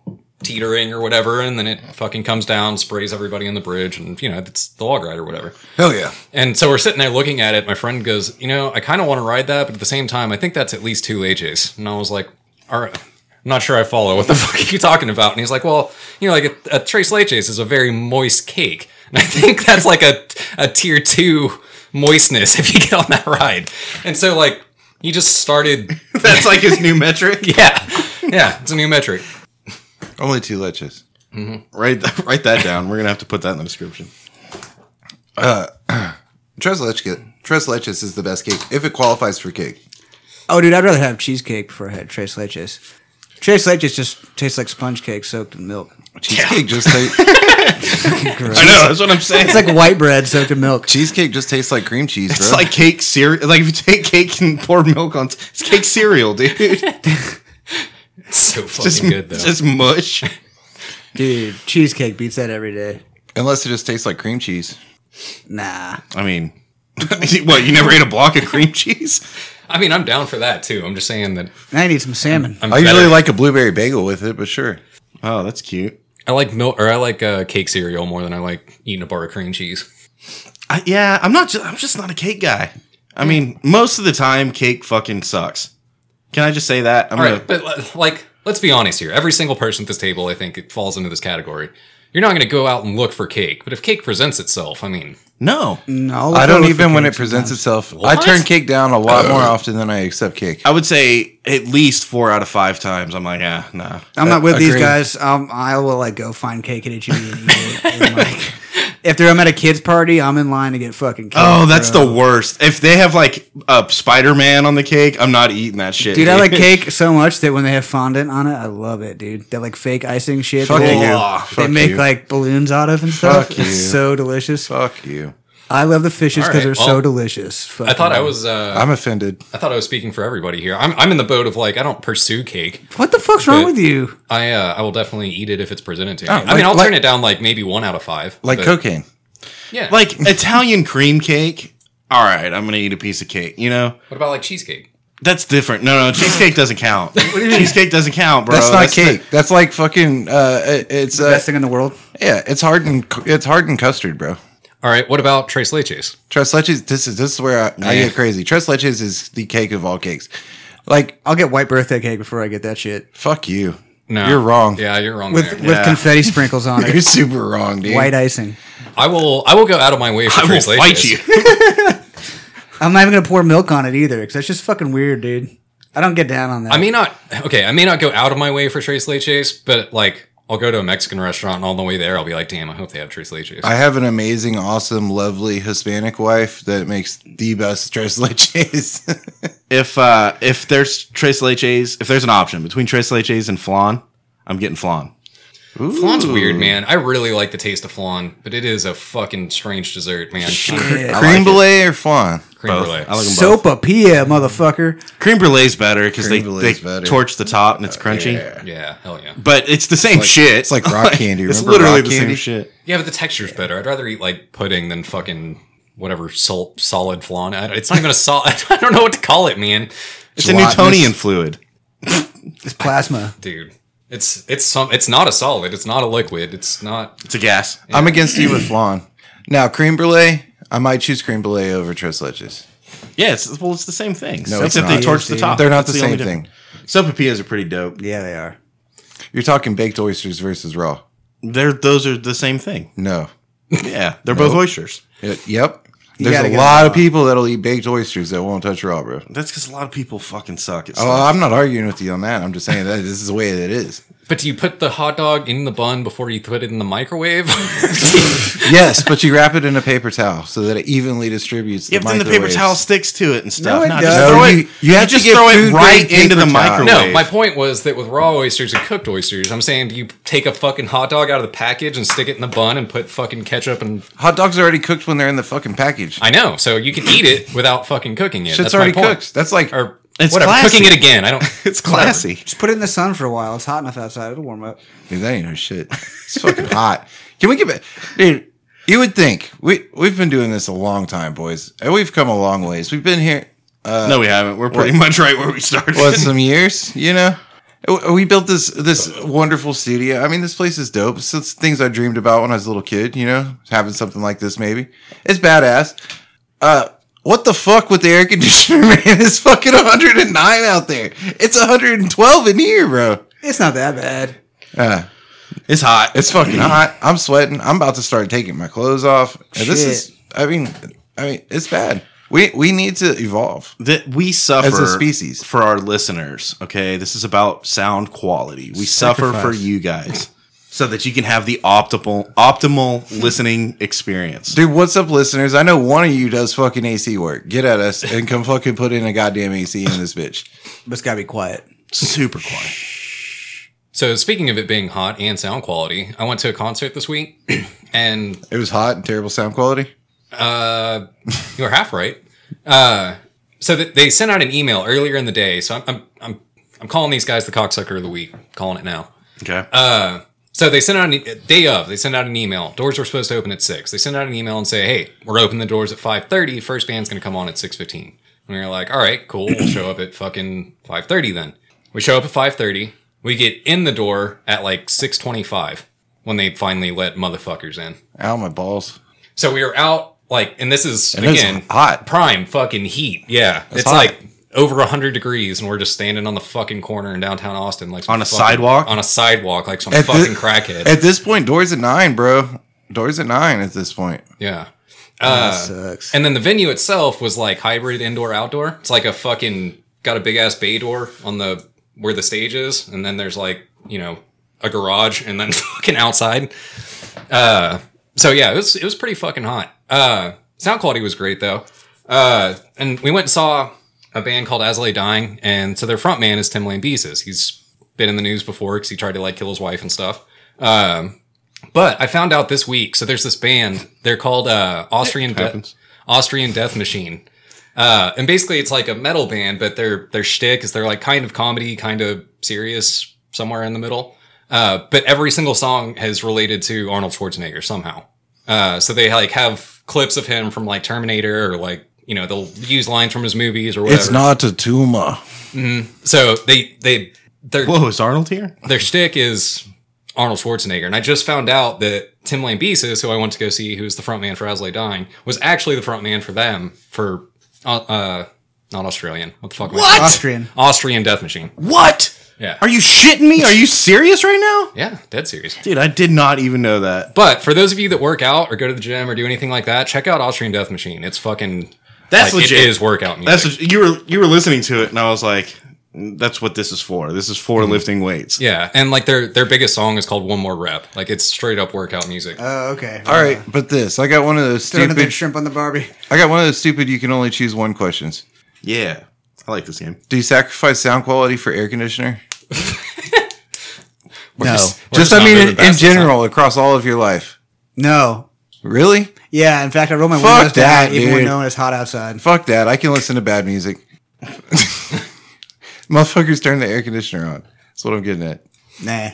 B: teetering or whatever, and then it fucking comes down, sprays everybody on the bridge, and you know it's the log ride or whatever.
A: Hell yeah.
B: And so we're sitting there looking at it. My friend goes, "You know, I kind of want to ride that, but at the same time, I think that's at least two AJs." And I was like, "All right." I'm not sure I follow. What the fuck are you talking about? And he's like, well, you know, like a, a Tres Leches is a very moist cake. And I think that's like a, a tier two moistness if you get on that ride. And so, like, he just started.
D: that's like his new metric
B: Yeah. Yeah. It's a new metric.
A: Only two leches.
D: write, th- write that down we're gonna have to put that in the description
A: Tres leches. Tres leches is the best cake if it qualifies for cake.
C: Oh, dude, I'd rather have cheesecake before I had Tres Leches. Tres Leches just tastes like sponge cake soaked in milk.
A: Cheesecake just ta-
D: i know that's what i'm saying
C: It's like white bread soaked in milk.
A: cheesecake just tastes like cream cheese.
D: It's like cake cereal. Like if you take cake and pour milk on, t- it's cake cereal, dude. It's
B: It's so fucking
D: just,
B: good, though.
D: it's just mush.
C: Dude, cheesecake beats that every day.
A: unless it just tastes like cream cheese.
C: Nah.
D: I mean, what? You never ate a block of cream cheese?
B: I mean, I'm down for that, too. I'm just saying that
C: I need some salmon.
B: I'm
A: I usually
B: better-
A: like a blueberry bagel with it, but sure.
D: Oh, that's cute.
B: I like milk or I like uh, cake cereal more than I like eating a bar of cream cheese.
D: I, yeah, I'm not. Just, I'm just not a cake guy. I mean, most of the time, cake fucking sucks. Can I just say that? I'm
B: All
D: gonna,
B: right, but li- like, let's be honest here. Every single person at this table, I think, it falls into this category. You're not going to go out and look for cake, but if cake presents itself, I mean,
D: No.
C: No,
A: I don't even when it presents itself. I turn cake down a lot more often than I accept cake.
D: I would say at least four out of five times. I'm like, yeah, nah.
C: I'm
A: uh,
C: not with these
A: Agreed.
C: guys. Um, I will like go find cake at HEB and eat it. And, like, if they're I'm at a kids party, I'm in line to get fucking. Cake,
D: Oh, that's
C: bro.
D: the worst. If they have like a Spider Man on the cake, I'm not eating that shit.
C: Dude, I like cake so much that when they have fondant on it, I love it, dude. That like fake icing shit.
A: Fuck
C: that
A: you.
C: they,
A: Fuck
C: they make
A: you.
C: like balloons out of and stuff.
A: Fuck
C: it's
A: you.
C: so delicious.
A: Fuck you.
C: I love the fishes
B: All
C: because
B: right,
C: they're
B: well,
C: so delicious.
B: I thought I
C: Fucking-
B: was uh,
A: I'm offended.
B: I thought I was speaking for everybody here. I'm I'm in the boat of like I don't pursue cake.
C: What the fuck's wrong
B: But-
C: with you?
B: I uh, I will definitely eat it if it's presented to me.
A: Oh,
B: I
A: like-
B: mean, I'll turn
A: like-
B: it down like maybe one out of five.
A: Like
B: but-
A: cocaine.
B: Yeah. Like
D: like Italian cream cake. All right, I'm gonna eat a piece of cake. You know,
B: what about like cheesecake?
D: that's different. No, no, cheesecake doesn't count. cheesecake doesn't count, bro.
A: That's not
D: the-
A: cake. that's like fucking. Uh, it- it's uh,
C: Best thing in the world.
A: yeah. It's hardened. It's hardened custard, bro.
B: All right. What about tres leches?
A: Tres leches. This is this is where I, I
D: Yeah.
A: get crazy. Tres leches is the cake of all cakes. Like
C: I'll get white birthday cake before I get that shit
A: fuck you.
B: No,
A: You're wrong.
B: Yeah, you're wrong.
C: with
B: there.
C: with confetti sprinkles on
A: You're
C: it.
A: super wrong, dude.
C: White icing.
B: I will. I will go out of my way for
D: I will
B: tres
D: fight
B: leches.
D: you.
C: I'm not even gonna pour milk on it either because that's just fucking weird, dude. I don't get down on that.
B: I may not. Okay, I may not go out of my way for tres leches, but like I'll go to a Mexican restaurant and on the way there, I'll be like, damn, I hope they have tres leches.
A: I have an amazing, awesome, lovely Hispanic wife that makes the best tres leches.
D: If uh, if there's tres leches, if there's an option between tres leches and flan, I'm getting flan.
B: Flan's weird, man. I really like the taste of flan, but it is a fucking strange dessert, man.
C: Shit.
A: Cream brulee or flan?
B: Cream
D: Both.
B: brulee.
D: I like 'em both.
C: Sopapilla, motherfucker.
D: Cream brulee's better because they,
A: Creme brulee's
D: they
A: better. Uh,
D: torch the top and it's crunchy.
B: Yeah, hell yeah.
D: But it's the same shit.
A: It's like rock candy.
D: it's
A: Remember
D: literally
A: rock
D: the
A: candy?
D: same shit.
B: Yeah, but the texture's better. I'd rather eat like pudding than fucking whatever salt solid flan. I- It's not even a solid. I don't know what to call it, man.
D: It's
A: Gelatinous.
D: a Newtonian fluid.
C: It's plasma.
B: Dude, it's it's some. It's not a solid. It's not a liquid. It's not.
D: It's a gas.
A: I'm against you with flan. Now, cream brulee, I might choose cream brulee over tres leches.
D: Yeah, it's, well, it's the same thing.
A: No, it's
D: except they
A: not.
D: torch the top.
A: They're not
D: That's
A: the
D: only
A: same
D: difference.
A: thing.
D: Sopapillas are pretty dope.
C: Yeah, they are.
A: You're talking baked oysters versus raw.
D: They're those are the same thing.
A: No.
D: Yeah, they're both oysters.
A: It- yep.
C: gotta
A: There's a
C: get
A: lot of people that'll eat baked oysters that won't touch raw, bro.
D: That's because a lot of people fucking suck at
A: Oh,
D: stuff.
A: I'm not arguing with you on that. I'm just saying that this is the way that it is.
B: But do you put the hot dog in the bun before you put it in the microwave?
A: Yes, but you wrap it in a paper towel so that it evenly distributes.
D: yeah,
A: the
D: but then the paper
A: microwaves.
D: towel sticks to it and stuff.
C: it
D: Nah,
C: doesn't.
D: Just throw
A: No,
D: it,
A: you-
D: you,
A: you have to
D: just
A: get
D: throw it
A: food-grade
D: right into the
A: paper towel.
D: microwave.
B: no, my point was that with raw oysters and cooked oysters, I'm saying do you take a fucking hot dog out of the package and stick it in the bun and put fucking ketchup and
A: Hot dogs are already cooked when they're in the fucking package.
B: I know, so you can eat it without fucking cooking it.
A: Shit's
B: That's my
A: already
B: point.
A: cooked. That's like
B: Or
D: It's
B: whatever,
D: classy.
B: cooking it again. I don't.
D: it's classy.
C: Just put it in the sun for a while. It's hot enough outside. It'll warm up.
A: Dude, that ain't no shit. It's fucking hot. Can we get back? Dude, you would think we we've been doing this a long time, boys, and we've come a long ways. We've been here
D: no, we haven't. We're pretty much right where we started.
A: what some years, you know. W- We built this this wonderful studio. I mean, this place is dope. It's, it's things I dreamed about when I was a little kid. You know, having something like this maybe it's badass. Uh, what the fuck with the air conditioner, man? It's fucking 109 out there. It's 112 in here, bro.
C: It's not that bad.
A: Uh,
D: It's hot.
A: It's fucking hot. I'm sweating. I'm about to start taking my clothes off. And this is.
C: Shit.
A: I mean, I mean, it's bad. We we need to evolve.
D: that we suffer
A: As a species.
D: for our listeners. Okay, this is about sound quality. We suffer for
A: Sacrifice.
D: you guys so that you can have the optimal optimal listening experience.
A: Dude, what's up, listeners? I know one of you does fucking AC work. Get at us and come fucking put in a goddamn AC in this bitch.
C: But it's gotta be quiet.
D: Super quiet.
B: So speaking of it being hot and sound quality, I went to a concert this week, and
A: It was hot and terrible sound quality.
B: you were half right. Uh, so th- they sent out an email earlier in the day. So I'm, I'm I'm I'm calling these guys the cocksucker of the week. Calling it now.
D: Okay.
B: Uh, So they sent out an e- day of. They sent out an email. Doors were supposed to open at six. They sent out an email and say, "Hey, we're opening the doors at five thirty. First band's going to come on at six 15. And we are like, "All right, cool. We'll show up at fucking five thirty then." We show up at five thirty. We get in the door at like six twenty five when they finally let motherfuckers in.
A: Ow, my balls.
B: So we were out like, and this is
A: And it's
B: again
A: hot.
B: prime fucking heat. Yeah, it's
A: hot.
B: like over hundred degrees, and we're just standing on the fucking corner in downtown Austin, like some
D: On a
B: fucking-
D: sidewalk?
B: on a sidewalk, like some
A: At
B: fucking
A: thi-
B: crackhead.
A: At this point, doors at nine, bro. Doors at nine. At this point,
B: yeah. Uh,
C: sucks.
B: And then the venue itself was like hybrid indoor outdoor. It's like a fucking got a big ass bay door on the where the stage is, and then there's like you know a garage, and then fucking outside. Uh, so yeah, it was it was pretty fucking hot. Uh, sound quality was great though. Uh, and we went and saw a band called Azalea Dying, and so their front man is Tim Lambesis. He's been in the news before because he tried to like kill his wife and stuff. Um, but I found out this week. So there's this band. They're called uh, Austrian Death Austrian Death Machine. Uh, and basically, it's like a metal band, but their their shtick is they're like kind of comedy, kind of serious, somewhere in the middle. Uh, but every single song has related to Arnold Schwarzenegger somehow. Uh, so they like have clips of him from like Terminator or like you know they'll use lines from his movies or whatever.
A: It's not a tumor.
B: so they they they're
D: Whoa, is Arnold here?
B: their shtick is Arnold Schwarzenegger. And I just found out that Tim Lambesis, who I went to go see, who's the frontman for Asley Dying, was actually the frontman for them for uh, uh not Australian. What the fuck? am I-
C: Austrian.
B: Austrian Death Machine.
D: What?
B: Yeah.
D: Are you shitting me? Are you serious right now?
B: Yeah, dead serious.
D: Dude, I did not even know that.
B: But for those of you that work out or go to the gym or do anything like that, check out Austrian Death Machine. It's fucking
D: That's
B: like,
D: legit.
B: It is workout music.
D: That's what, you were you were listening to it, and I was like, "Mm, "That's what this is for. This is for lifting weights."
B: yeah, and like their their biggest song is called One More Rep. Like it's straight up workout music.
C: Oh, okay.
A: All right, but this I got one of those
C: Throw another
A: stupid.
C: shrimp on the Barbie.
A: I got one of those stupid. You can only choose one questions.
D: Yeah, I like this game.
A: Do you sacrifice sound quality for air conditioner?
C: no.
B: We're
A: Just
B: not
A: I mean in,
B: doing the best
A: in
B: this time.
A: general across all of your life.
C: No.
A: Really?
C: Yeah, in fact, I rolled my
A: Fuck
C: windows
A: that,
C: down, even when
A: dude.
C: knowing it's hot outside.
A: Fuck that. I can listen to bad music. Motherfuckers turn the air conditioner on. That's what I'm getting at.
C: Nah.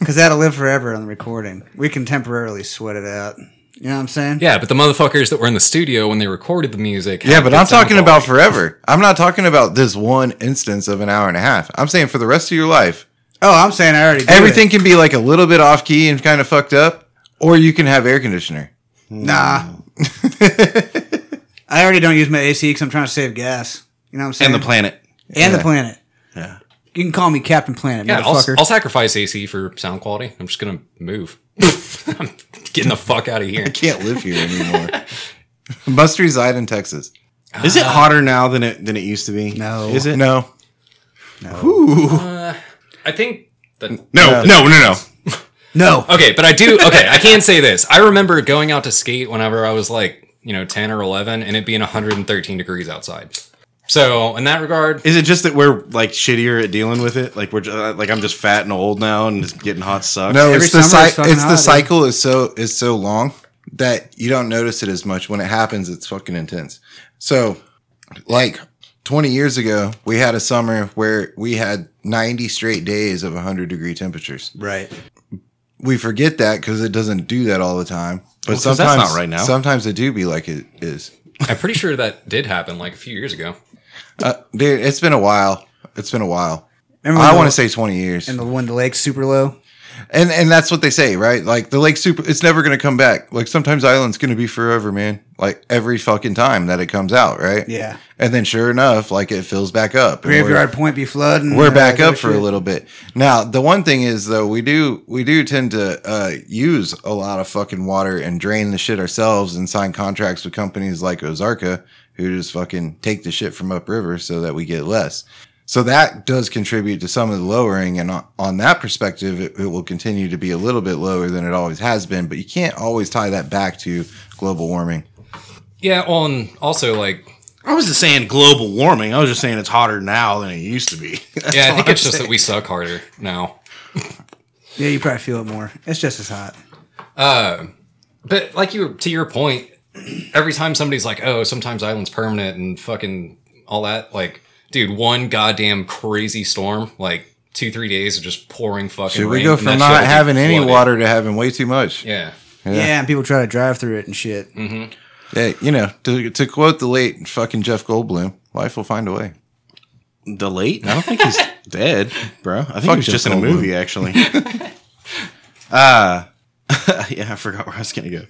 C: Because that'll live forever on the recording. We can temporarily sweat it out. You know what I'm saying?
B: Yeah, but the motherfuckers that were in the studio when they recorded the music.
A: Yeah,
B: had
A: but
B: good
A: I'm
B: sound
A: talking about
B: quality.
A: forever. I'm not talking about this one instance of an hour and a half. I'm saying for the rest of your life,
C: Oh, I'm saying I already did
A: everything
C: it.
A: can be like a little bit off key and kind of fucked up, or you can have air conditioner.
C: Nah. I already don't use my AC because I'm trying to save gas. You know what I'm saying?
D: And the planet.
C: And the
A: Yeah.
C: planet.
D: Yeah.
C: You can call me Captain Planet,
B: Yeah, I'll,
C: motherfucker.
B: I'll sacrifice AC for sound quality. I'm just gonna move. I'm getting the fuck out of here.
A: Can't live here anymore. Must reside in Texas.
D: Is it hotter now than it than it used to be?
C: No.
D: Is it?
A: No.
B: I think. That,
D: No. No. No. No.
C: no.
B: Okay, but I do. Okay, I can say this. I remember going out to skate whenever I was like, you know, ten or eleven, and it being 113 degrees outside. So in that regard,
D: Is it just that we're like shittier at dealing with it? Like we're just, like I'm just fat and old now, and it's getting hot sucks.
A: No,
C: Every
A: it's the
C: summer it's
A: cy-
C: fucking
A: it's
C: hot,
A: the
C: dude.
A: cycle is so is so long that you don't notice it as much. When it happens, it's fucking intense. So, like twenty years ago, we had a summer where we had ninety straight days of hundred degree temperatures.
C: Right.
A: We forget that because it doesn't do that all the time. But
D: Well, 'cause that's
A: sometimes,
D: not right now.
A: Sometimes it do be like it is.
B: I'm pretty sure that did happen like a few years ago.
A: Uh, dude, it's been a while. It's been a while.
C: Remember when
A: I
C: the-
A: want to say twenty years.
C: And the one the lake's super low.
A: And and that's what they say, right? Like the lake super, it's never gonna come back. Like sometimes island's gonna be forever, man. Like every fucking time that it comes out, right?
C: Yeah.
A: And then sure enough, like it fills back up. and
C: Graveyard Point be flooding.
A: We're, we're
C: uh,
A: back
C: other
A: up for a
C: shit.
A: little bit. Now the one thing is though, we do we do tend to uh, use a lot of fucking water and drain the shit ourselves and sign contracts with companies like Ozarka who just fucking take the shit from upriver so that we get less. So that does contribute to some of the lowering. And on- on that perspective, it, it will continue to be a little bit lower than it always has been. But you can't always tie that back to global warming.
B: Yeah, well, and also like,
D: I wasn't saying global warming. I was just saying it's hotter now than it used to be.
B: yeah, I think it's just that we suck harder now.
C: Yeah, you probably feel it more. It's just as hot.
B: But like you to your point, every time somebody's like, "Oh, sometimes island's permanent and fucking all that," like, dude, one goddamn crazy storm, like two three days of just pouring fucking.
A: Did we
B: rain,
A: go
B: and
A: from
B: that
A: not
B: shit'll be
A: having any
B: flooded.
A: water to having way too much?
B: Yeah,
C: Yeah. and people try to drive through it and shit.
A: Yeah, you know, to, to quote the late fucking Jeff Goldblum, life will find a way.
D: The late? I don't think he's dead, bro. I think
A: Fuck
D: he was
A: Jeff
D: just in a
A: Goldblum.
D: movie, actually. uh yeah, I forgot where I was gonna go.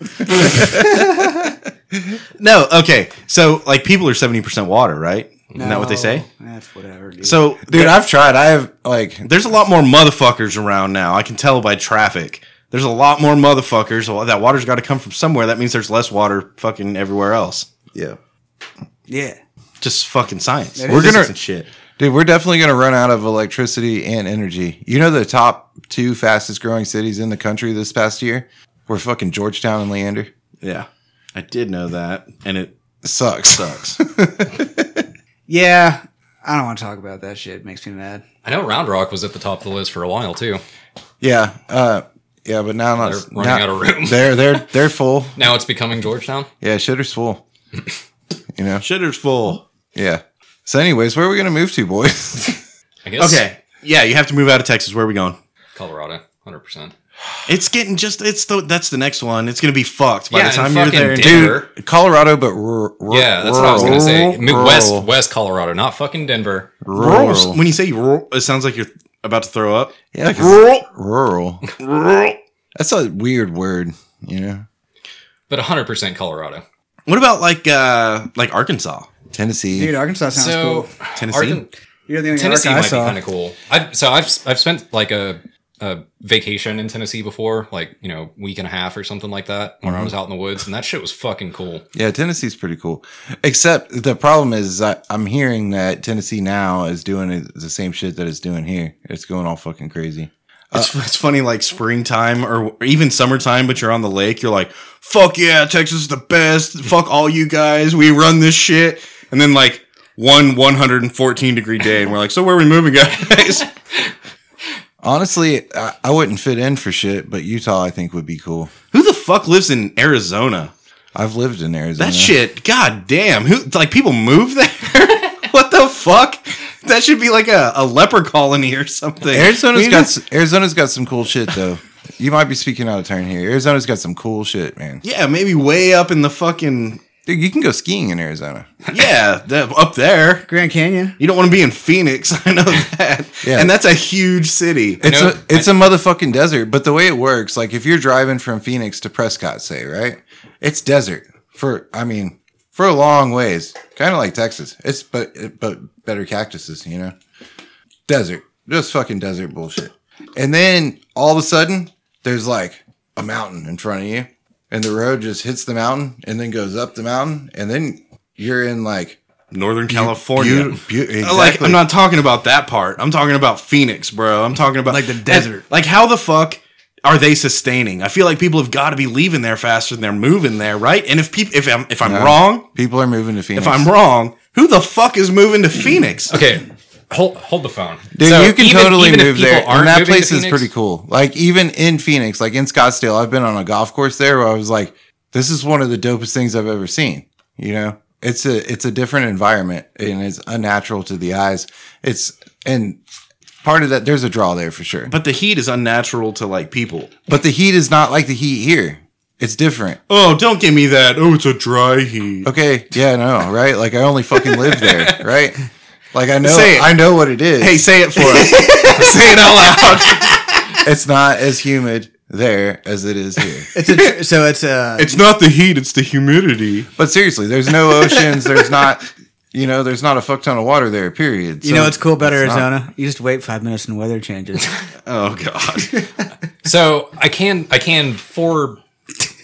D: no, okay. So like people are seventy percent water, right? Isn't that what they say?
C: That's whatever, dude.
D: So
A: Dude, I've tried. I have like
D: there's a lot more motherfuckers around now. I can tell by traffic. There's a lot more motherfuckers. Well, That water's got to come from somewhere. That means there's less water fucking everywhere else.
A: Yeah.
C: Yeah.
D: Just fucking science.
A: We're gonna-
D: Physics and shit.
A: Dude, we're definitely going to run out of electricity and energy. You know the top two fastest growing cities in the country this past year were fucking Georgetown and Leander.
D: Yeah, I did know that, and it
A: Sucks.
D: sucks.
C: Yeah. I don't want to talk about that shit. It makes me mad.
B: I know Round Rock was at the top of the list for a while too.
A: Yeah. Uh, yeah, but now not,
B: They're running
A: now-
B: out of room.
A: They're they're they're full.
B: Now it's becoming Georgetown.
A: Yeah, shitter's full. You know.
D: Shitter's full.
A: Yeah. So, anyways, where are we gonna move to, boys?
B: I guess.
D: Okay. Yeah, you have to move out of Texas. Where are we going?
B: Colorado, hundred percent.
D: It's getting just. It's the. That's the next one. It's gonna be fucked by
B: Yeah,
D: the time
B: and
D: you're
B: fucking
D: there.
B: Denver.
A: Dude, Colorado, but rur- rur-
B: Yeah, that's what I was gonna say. Mid-
A: rural-
B: West West Colorado, not fucking Denver.
A: Rural.
D: Rural. When you say rural, it sounds like you're about to throw up.
A: Yeah, 'cause
D: Rural.
A: rural.
D: Rural.
A: That's a weird word. You know,
B: But hundred percent Colorado.
D: What about like uh like Arkansas,
A: Tennessee.
C: Dude, Arkansas sounds
B: so
C: cool.
D: Tennessee?
B: Arkan-
C: You're the only
B: Tennessee
C: Ark I
B: might be
C: saw.
B: kind of cool. I've, so I've I've spent like a a vacation in Tennessee before, like you know, week and a half or something like that, when I
C: Mm-hmm.
B: was out in the woods, and that shit was fucking cool.
A: Yeah, Tennessee's pretty cool. Except the problem is I, I'm hearing that Tennessee now is doing it- the same shit that it's doing here. It's going all fucking crazy.
D: It's,
B: uh,
D: it's funny, like springtime or even summertime, but you're on the lake. You're like, fuck yeah, Texas is the best. Fuck all you guys. We run this shit. And then like one 114 degree day, and we're like, so where are we moving, guys?
A: Honestly, I, I wouldn't fit in for shit, but Utah I think would be cool.
D: Who the fuck lives in Arizona?
A: I've lived in Arizona.
D: That shit, god damn. Who like people move there? what the fuck? That should be like a, a leper colony or something.
A: Arizona's
D: We
A: got
D: just-
A: s- Arizona's got some cool shit though. you might be speaking out of turn here. Arizona's got some cool shit, man.
D: Yeah, maybe way up in the fucking
A: Dude, you can go skiing in Arizona.
D: Yeah, the- up there.
C: Grand Canyon.
D: You don't want to be in Phoenix. I know that.
A: Yeah.
D: And that's a huge city.
A: It's
B: know-
A: a it's a motherfucking desert. But the way it works, like if you're driving from Phoenix to Prescott, say right, it's desert for I mean for a long ways, kind of like Texas. It's but but better cactuses, you know, desert, just fucking desert bullshit. And then all of a sudden, there's like a mountain in front of you, and the road just hits the mountain and then goes up the mountain, and then you're in like
D: Northern California.
A: beaut- beaut- exactly.
D: Like I'm not talking about that part. I'm talking about Phoenix, bro. I'm talking about
C: Like the desert.
D: Like, how the fuck are they sustaining? I feel like people have got to be leaving there faster than they're moving there, right? And if people, if I'm if I'm wrong,
A: People are moving to Phoenix.
D: if I'm wrong, who the fuck is moving to Phoenix?
B: Okay, hold hold the phone.
A: Dude,
B: So
A: you can
B: even-
A: totally
B: even if
A: move
B: people
A: there.
B: aren't
A: And that
B: moving to
A: place is
B: Phoenix-
A: pretty cool. Like even in Phoenix, like in Scottsdale, I've been on a golf course there where I was like, this is one of the dopest things I've ever seen. You know? It's a it's a different environment and it's unnatural to the eyes. It's and part of that there's a draw there for sure. But,
D: But the heat is unnatural to like people.
A: the heat is not like the heat here. It's different.
D: Oh, don't give me that. Oh, it's a dry heat.
A: Okay. Yeah, no, right? Like I only fucking live there, right? Like I know
D: Say it.
A: I know what it is.
D: Hey, say it for us. say it out loud.
A: It's not as humid there as it is here.
C: It's a tr- so it's uh, a
D: It's not the heat, it's the humidity.
A: But seriously, there's no oceans. There's not, you know, there's not a fuck ton of water there. Period.
C: you know what's cool about
A: it's not-
C: Arizona? You just wait five minutes and weather changes.
D: Oh god.
B: So I can I can for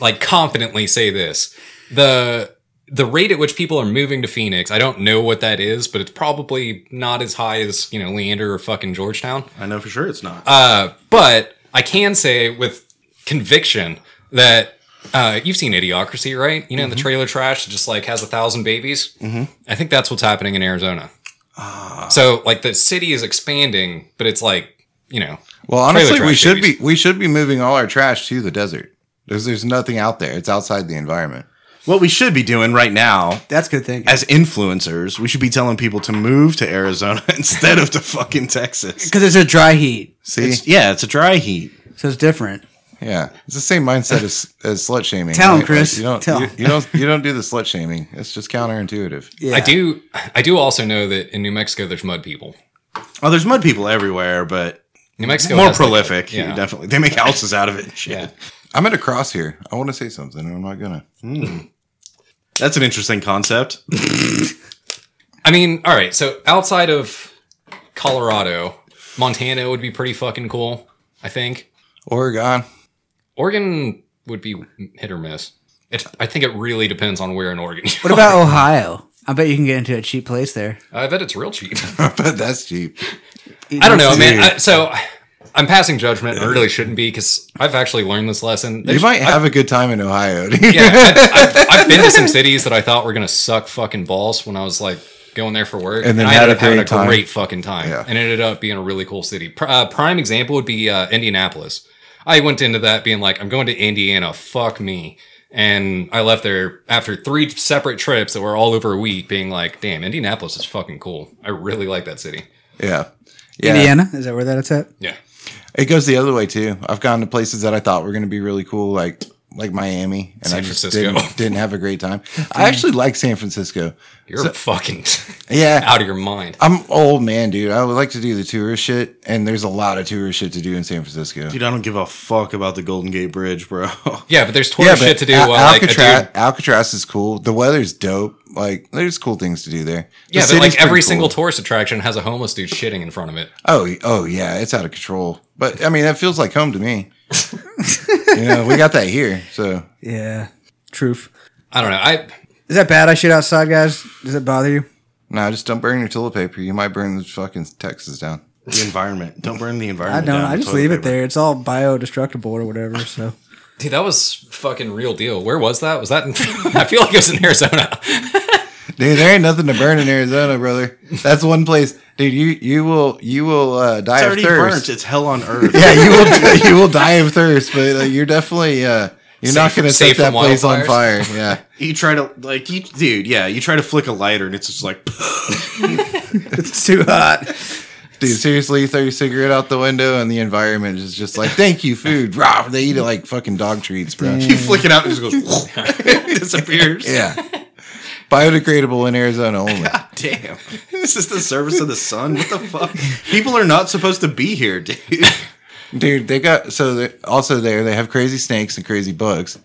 B: like confidently say this the the rate at which people are moving to Phoenix I don't know what that is but it's probably not as high as you know Leander or fucking Georgetown
D: I know for sure it's not.
B: uh, but I can say with conviction that uh, you've seen Idiocracy right you know
D: Mm-hmm.
B: the trailer trash just like has a thousand babies I think that's what's happening in Arizona
D: Ah.
B: so like the city is expanding but it's like you know
A: Well, honestly,
B: trailer
A: we
B: trash
A: should
B: babies.
A: be we should be moving all our trash to the desert. There's there's nothing out there. It's outside the environment.
D: what we should be doing right now
C: That's good thinking.
D: as influencers, we should be telling people to move to Arizona instead of to fucking Texas.
C: Because it's a dry heat,
A: See,
D: It's- yeah, it's a dry heat.
C: so it's different.
A: yeah, it's the same mindset as as slut shaming.
C: Tell 'em, Chris.
A: you don't
C: Tell
A: you,
C: 'em.
A: you don't you don't do the slut shaming. It's just counterintuitive.
C: Yeah.
B: I do. I do also know that in New Mexico there's mud people.
D: Well, there's mud people everywhere, but
B: New Mexico
D: more
B: has, like,
D: prolific.
B: yeah.
D: yeah. Definitely, they make houses out of it. and Shit,
B: Yeah.
A: I'm at a cross here. I want to say something. and I'm not gonna.
D: that's an interesting concept.
B: I mean, all right. So outside of Colorado, Montana would be pretty fucking cool. I think
A: Oregon.
B: Oregon would be hit or miss. It, I think it really depends on where in Oregon. you
C: What about Ohio? I bet you can get into a cheap place there.
B: are. I bet it's real cheap.
A: but that's cheap.
B: I don't know, man. I, so I'm passing judgment. and I really shouldn't be because I've actually learned this lesson.
A: You might have a good time in Ohio. dude.
B: yeah, I, I, I've been to some cities that I thought were gonna suck fucking balls when I was like going there for work,
A: And then
B: I
A: had
B: ended
A: a
B: up having
A: great time.
B: great fucking time,
A: Yeah.
B: and it ended up being a really cool city. Pr- uh, prime example would be uh, Indianapolis. I went into that being like, I'm going to Indiana, fuck me. And I left there after three separate trips that were all over a week, being like, damn, Indianapolis is fucking cool. I really like that city.
A: Yeah. Yeah.
C: Indiana? Is that where that's at?
B: Yeah.
A: It goes the other way too. I've gone to places that I thought were going to be really cool, like like Miami, and
B: San
A: I just
B: Francisco.
A: didn't, didn't have a great time. I actually like San Francisco.
B: You're fucking
A: Yeah,
B: out of your mind.
A: I'm old man, dude. I would like to do the tourist shit, and there's a lot of tourist shit to do in San Francisco.
D: Dude, I don't give a fuck about the Golden Gate Bridge, bro.
B: Yeah, but there's Twitter shit to do.
A: Al-
B: while, like, a dude-
A: Alcatraz, Alcatraz is cool. The weather's dope. Like, there's cool things to do there. The
B: yeah, but
A: city's
B: like every
A: pretty
B: single
A: cool.
B: tourist attraction has a homeless dude shitting in front of it.
A: oh, oh yeah, it's out of control. But I mean, that feels like home to me. you know, we got that here. So
C: Yeah. Truth.
B: I don't know. I
C: Is that bad I shoot outside, guys? Does it bother you?
A: No, just don't burn your toilet paper. You might burn the fucking Texas down.
D: the environment. Don't burn the
C: I
D: environment.
C: don't.
D: down
C: I
D: with
C: just
D: toilet
C: leave it
D: paper.
C: there. It's all biodestructible or whatever. So
B: dude, that was fucking real deal. Where was that? Was that? In, I feel like it was in Arizona.
A: Dude, there ain't nothing to burn in Arizona, brother. That's one place, dude. You you will you will uh, die of
D: It's already
A: thirst.
D: burnt. It's hell on earth.
A: Yeah, you will you will die of thirst, but uh, you're definitely uh, you're not
B: Safe-
A: gonna
B: safe
A: set that
B: from
A: place on
B: wildfires.
A: fire. Yeah,
D: You try to like, you, dude. Yeah, you try to flick a lighter, and it's just like,
C: it's too hot.
A: dude. Seriously, throw your cigarette out the window, and the environment is just like, thank you, food. Rah, they eat it like fucking dog treats, bro.
D: you flick it out, and it just goes, disappears.
A: Yeah, biodegradable in Arizona only.
D: Damn, this is the service of the sun. What the fuck? People are not supposed to be here, dude.
A: Dude, they got so they also there they have crazy snakes and crazy bugs.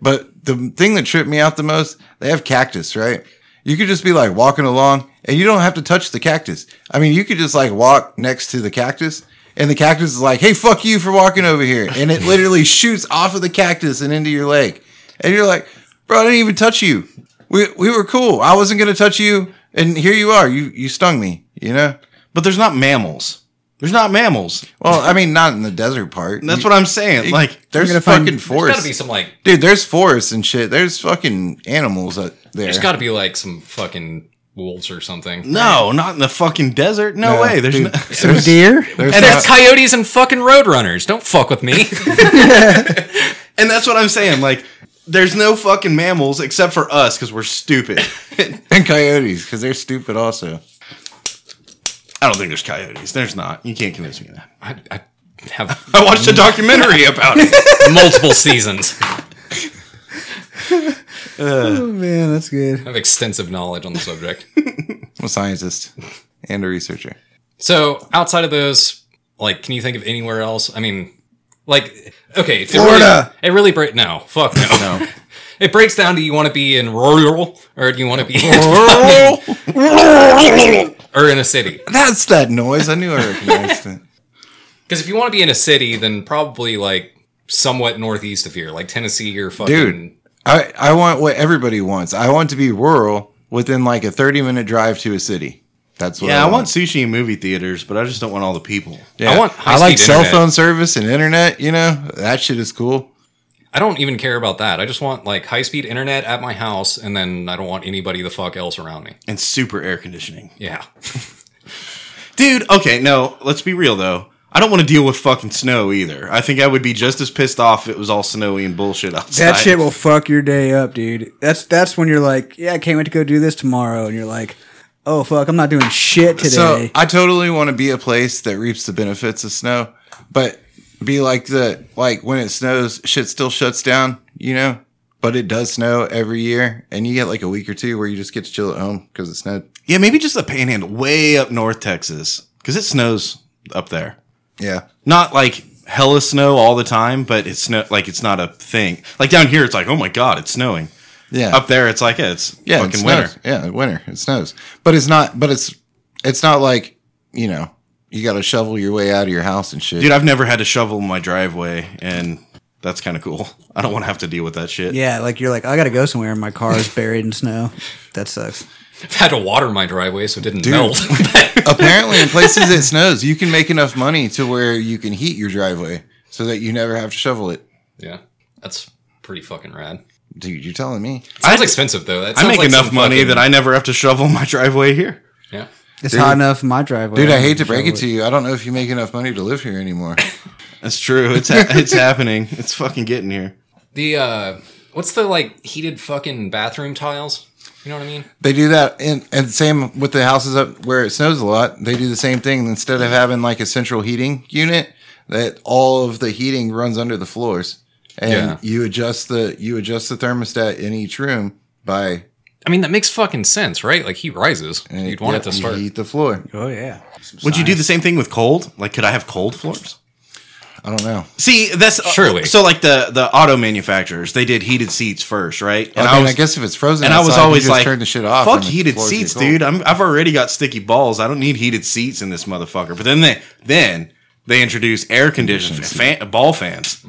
A: But the thing that tripped me out the most, they have cactus, right? You could just be like walking along and you don't have to touch the cactus. I mean, you could just like walk next to the cactus and the cactus is like, "Hey, fuck you for walking over here." And it literally shoots off of the cactus and into your leg. And you're like, "Bro, I didn't even touch you. We we were cool. I wasn't going to touch you, and here you are. You you stung me, you know?"
D: But there's not mammals. There's not mammals.
A: Well, I mean, not in the desert part.
D: That's what I'm saying. Like,
A: There's
C: gonna find-
A: fucking
B: There's
A: forests.
B: gotta be some like.
A: Dude, there's forests and shit. There's fucking animals out there.
B: There's gotta be like some fucking wolves or something.
D: no, not in the fucking desert. No,
A: Yeah,
D: way. There's
A: dude.
D: no,
C: Some deer.
A: There's
B: And
A: not-
B: there's coyotes and fucking roadrunners. Don't fuck with me.
D: and that's what I'm saying. Like, there's no fucking mammals except for us because we're stupid.
A: and coyotes because they're stupid also.
D: I don't think there's coyotes. There's not. You can't convince me of that.
B: I, I have
D: I watched a documentary about it.
B: multiple seasons. I
C: Oh man, that's good.
B: have extensive knowledge on the subject.
A: I'm a scientist and a researcher.
B: So outside of those, like, can you think of anywhere else? I mean, like, okay, if it
C: Florida.
B: Really, it really break. No, fuck no.
A: No.
B: It breaks down to you want to be in rural or do you want to be or in a city?
A: That's that noise. I knew I recognized it.
B: Because if you want to be in a city, then probably like somewhat northeast of here, like Tennessee or fucking.
A: Dude, I, I want what everybody wants. I want to be rural within like a 30 minute drive to a city. That's what
D: Yeah, I want sushi and movie theaters, but I just don't want all the people.
A: Yeah.
B: I want
A: I like
B: high-speed
A: cell
B: internet.
A: phone service and internet, you know? That shit is cool.
B: I don't even care about that. I just want like high speed internet at my house, and then I don't want anybody the fuck else around me.
D: And super air conditioning.
B: Yeah.
D: Dude, okay, no, let's be real though. I don't want to deal with fucking snow either. I think I would be just as pissed off if it was all snowy and bullshit outside.
C: That shit will fuck your day up, dude. That's that's when you're like, yeah, I can't wait to go do this tomorrow, and you're like, oh fuck, I'm not doing shit today.
A: So I totally want to be a place that reaps the benefits of snow, but be like the like when it snows, shit still shuts down, you know. But it does snow every year, and you get like a week or two where you just get to chill at home because it snowed.
D: Yeah, maybe just the panhandle way up north Texas because it snows up there.
A: Yeah,
D: Not like hella snow all the time, but it's snow like it's not a thing. Like down here, it's like oh my god, it's snowing.
A: yeah,
D: Up there, it's like yeah, it's
A: yeah. it
D: fucking
A: snows.
D: winter.
A: Yeah, winter. It snows, but it's not. But it's it's not like you know you got to shovel your way out of your house and shit.
D: Dude, I've never had to shovel my driveway, and That's kind of cool. I don't want to have to deal with that shit.
C: Yeah, like you're like, I gotta go somewhere and my car is buried in snow. That sucks.
B: I've had to water my driveway so it didn't
A: Dude.
B: melt.
A: Apparently, in places it snows, you can make enough money to where you can heat your driveway so that you never have to shovel it.
B: yeah, that's pretty fucking rad.
A: Dude, you're telling me.
B: It sounds expensive though. That
D: I
B: sounds
D: make
B: like
D: enough
B: some
D: money
B: fucking-
D: that I never have to shovel my driveway here.
B: yeah.
C: It's hot enough in my driveway.
A: Dude, I hate to break it to you. I don't know if you make enough money to live here anymore.
D: That's true. It's ha- it's happening. It's fucking getting here.
B: The uh, what's the like heated fucking bathroom tiles? You know what I mean?
A: They do that, in, and same with the houses up where it snows a lot. They do the same thing. Instead of having like a central heating unit, that all of the heating runs under the floors, and
B: Yeah.
A: you adjust the you adjust the thermostat in each room by
B: I mean that makes fucking sense, right? Like he rises,
A: and
B: you'd want
A: yep,
B: it to
A: you
B: start.
A: heat the floor.
C: Oh yeah.
D: Would you do the same thing with cold? Like, could I have cold floors?
A: I don't know.
D: See, that's
B: Surely.
D: So, like the the auto manufacturers, they did heated seats first, right? And
A: I, mean, I guess if it's frozen,
D: and I was
A: outside, you
D: always
A: just
D: like,
A: turn the shit off.
D: Fuck
A: and the
D: heated
A: floors get
D: seats,
A: cold.
D: dude. I'm, I've already got sticky balls. I don't need heated seats in this motherfucker. But then they then they introduce air conditioned fan, ball fans,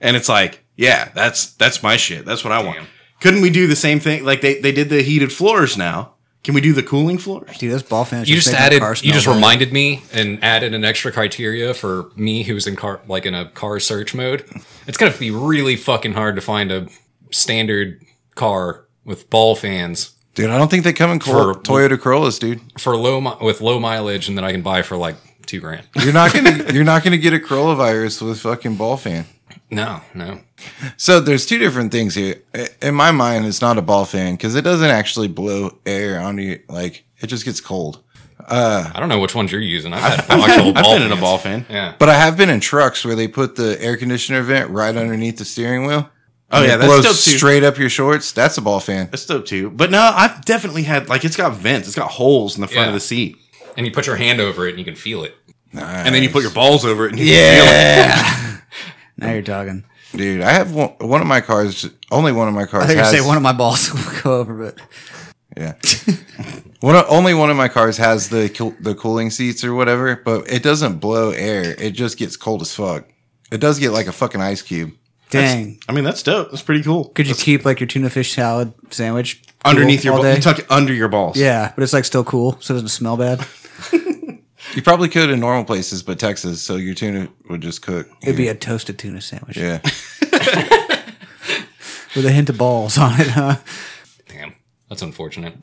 D: and it's like, yeah, that's that's my shit. That's what I want.
B: Damn.
D: Couldn't we do the same thing? Like they they did the heated floors now. Can we do the cooling floors?
C: Dude, those ball fans.
B: You just
C: make my
B: added.
C: car
B: You
C: smell
B: just
C: bad.
B: reminded me and added an extra criteria for me who's in car like in a car search mode. It's gonna be really fucking hard to find a standard car with ball fans
A: Dude, I don't think they come in
B: For-
A: Cor- Toyota Corollas, dude.
B: for low mi- with low mileage and that I can buy for like two grand.
A: You're not gonna you're not gonna get a Corolla virus with fucking ball fan.
B: No, no.
A: So there's two different things here. I- In my mind, it's not a ball fan because it doesn't actually blow air onto you. Like it just gets cold.
B: I don't know which ones you're using. I've had actual
D: I've
B: ball
D: been in a
B: fans.
D: ball fan.
B: Yeah.
A: But I have been in trucks where they put the air conditioner vent right underneath the steering wheel.
D: Oh yeah,
A: it
D: that's
A: blows
D: dope too.
A: straight up your shorts. That's a ball fan.
D: That's dope too. But no, I've definitely had like it's got vents. It's got holes in the front
B: Yeah.
D: of the seat,
B: And you put your hand over it and you can feel it.
D: and then you put your balls over it. And you
C: Now you're talking.
A: Dude, I have one, one of my cars. Only one of my cars.
C: I thought you were
A: has,
C: gonna say one of my balls will go over, but
A: Yeah. one of, only one of my cars has the cool- the cooling seats or whatever, but it doesn't blow air. It just gets cold as fuck. It does get like a fucking ice cube.
C: dang.
D: I mean, that's dope. That's pretty cool.
C: Could you keep like your tuna fish salad sandwich cool
D: underneath your
C: all
D: balls.
C: day?
D: You tuck it under your balls.
C: yeah, but it's like still cool, so it doesn't smell bad.
A: You probably could in normal places, but Texas, so your tuna would just cook.
C: It'd be a toasted tuna sandwich
A: Yeah.
C: with a hint of balls on it. Huh?
B: Damn. That's unfortunate.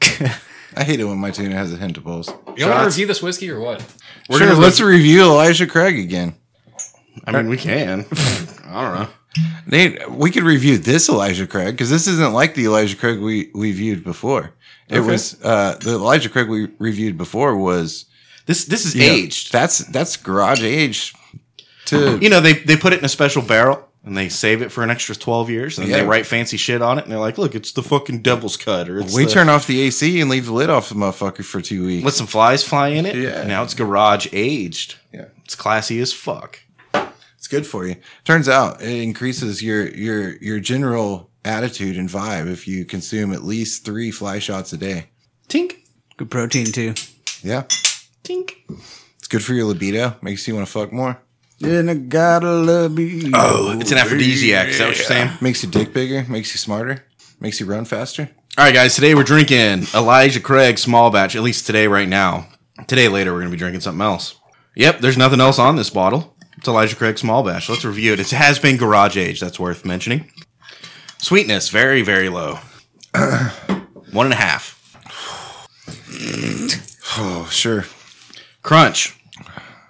A: I hate it when my tuna has a hint of balls.
B: You want to review this whiskey or what?
D: We're
A: sure,
D: gonna
A: let's review Elijah Craig again.
D: I mean, we can. I don't know.
A: They, we could review this Elijah Craig because this isn't like the Elijah Craig we, we viewed before. It was uh, the Elijah Craig we reviewed before was
D: This this is
A: you know,
D: aged.
A: That's that's garage age to
D: You know, they they put it in a special barrel and they save it for an extra twelve years, and
A: Yeah.
D: they write fancy shit on it, and they're like, "Look, it's the fucking devil's cut." Or it's
A: We
D: the-
A: turn off the AC and leave the lid off the motherfucker for two weeks.
D: let some flies fly in it.
A: Yeah.
D: Now it's garage aged.
A: Yeah.
D: It's classy as fuck.
A: It's good for you. Turns out it increases your your your general attitude and vibe if you consume at least three fly shots a day.
D: Tink
C: Good protein too.
A: Yeah,
D: tink.
A: it's good for your libido. Makes you want to fuck more.
C: And I gotta love you.
D: Oh, it's an aphrodisiac. Is that what you're saying?
A: Makes your dick bigger. Makes you smarter. Makes you run faster.
D: All right, guys. Today we're drinking Elijah Craig small batch. At least today, right now. Today, later, we're gonna be drinking something else. Yep, there's nothing else on this bottle. It's Elijah Craig small batch. Let's review it. It has been garage age. That's worth mentioning. Sweetness, very very low. One and a half.
A: Oh sure,
D: Crunch,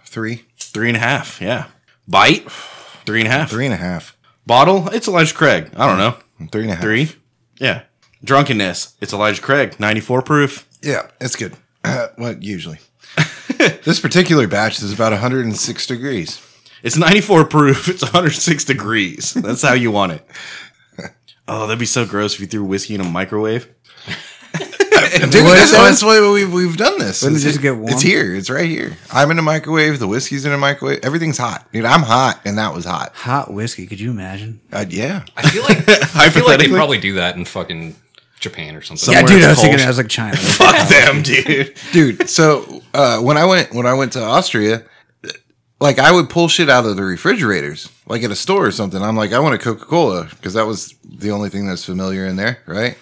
A: three,
D: three and a half. Yeah. Bite, three and a half.
A: three and a half,
D: Bottle, it's Elijah Craig. I don't know.
A: three and a half.
D: Three. Yeah. Drunkenness, it's Elijah Craig. 94 proof.
A: Yeah, it's good. what usually? this particular batch is about 106 degrees.
D: It's 94 proof. It's 106 degrees. That's how you want it. Oh, that'd be so gross if you threw whiskey in a microwave.
A: Dude, that's, that's why we've, we've done this.
C: Wouldn't it
A: It's-
C: just get warm?
A: It's here. It's right here. I'm in a microwave. The whiskey's in a microwave. Everything's hot. Dude, I'm hot, and that was hot.
C: Hot whiskey. Could you imagine?
A: Uh, yeah.
B: I feel like I feel like they
D: Hypothetically?
B: probably do that in fucking Japan or something.
D: Yeah,
C: Yeah,
D: Somewhere dude, it's
C: dude. I
D: I
C: was
D: was cold.
C: thinking
D: thinking I
C: I was like China.
D: Fuck them, dude.
A: Dude, so uh, when I went when I went to Austria, like I would pull shit out of the refrigerators, like at a store or something. I'm like, I want a Coca Cola because that was the only thing that's familiar in there, right?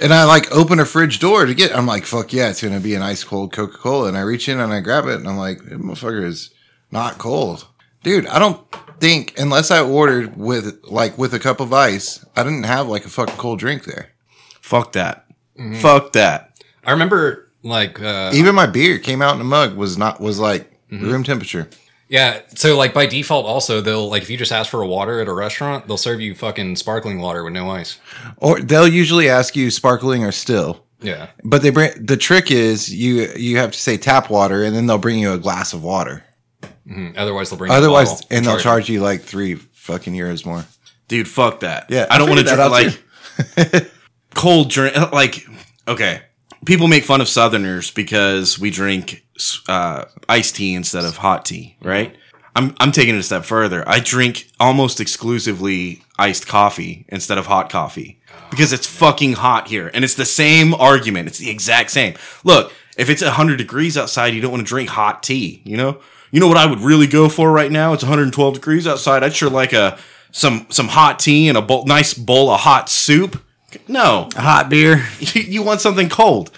A: and I like open a fridge door to get. I'm like, fuck yeah, it's gonna be an ice cold Coca Cola. And I reach in and I grab it and I'm like, that motherfucker is not cold, dude. I don't think unless I ordered with like with a cup of ice, I didn't have like a fucking cold drink there.
D: Fuck that. Fuck that.
B: I remember like uh,
A: Even my beer came out in a mug was not was like room temperature.
B: yeah. So like by default, also they'll like if you just ask for a water at a restaurant, they'll serve you fucking sparkling water with no ice.
A: Or they'll usually ask you sparkling or still.
B: Yeah.
A: But they bring the trick is you you have to say tap water and then they'll bring you a glass of water.
B: Mm, Otherwise, they'll bring. you a
A: Otherwise,
B: bottle.
A: and they'll charge you like three fucking euros more.
D: Dude, fuck that.
A: Yeah,
D: I don't
A: I
D: want to
A: figured
D: drink
A: that out
D: like cold drink. uh, Like, okay. People make fun of Southerners because we drink uh, iced tea instead of hot tea, right? I'm, I'm taking it a step further. I drink almost exclusively iced coffee instead of hot coffee because it's fucking hot here. And it's the same argument. It's the exact same. Look, if it's 100 degrees outside, you don't want to drink hot tea, you know? You know what I would really go for right now? It's 112 degrees outside. I'd sure like a some some hot tea and a bowl, nice bowl of hot soup. No,
C: Hot beer,
D: you want something cold.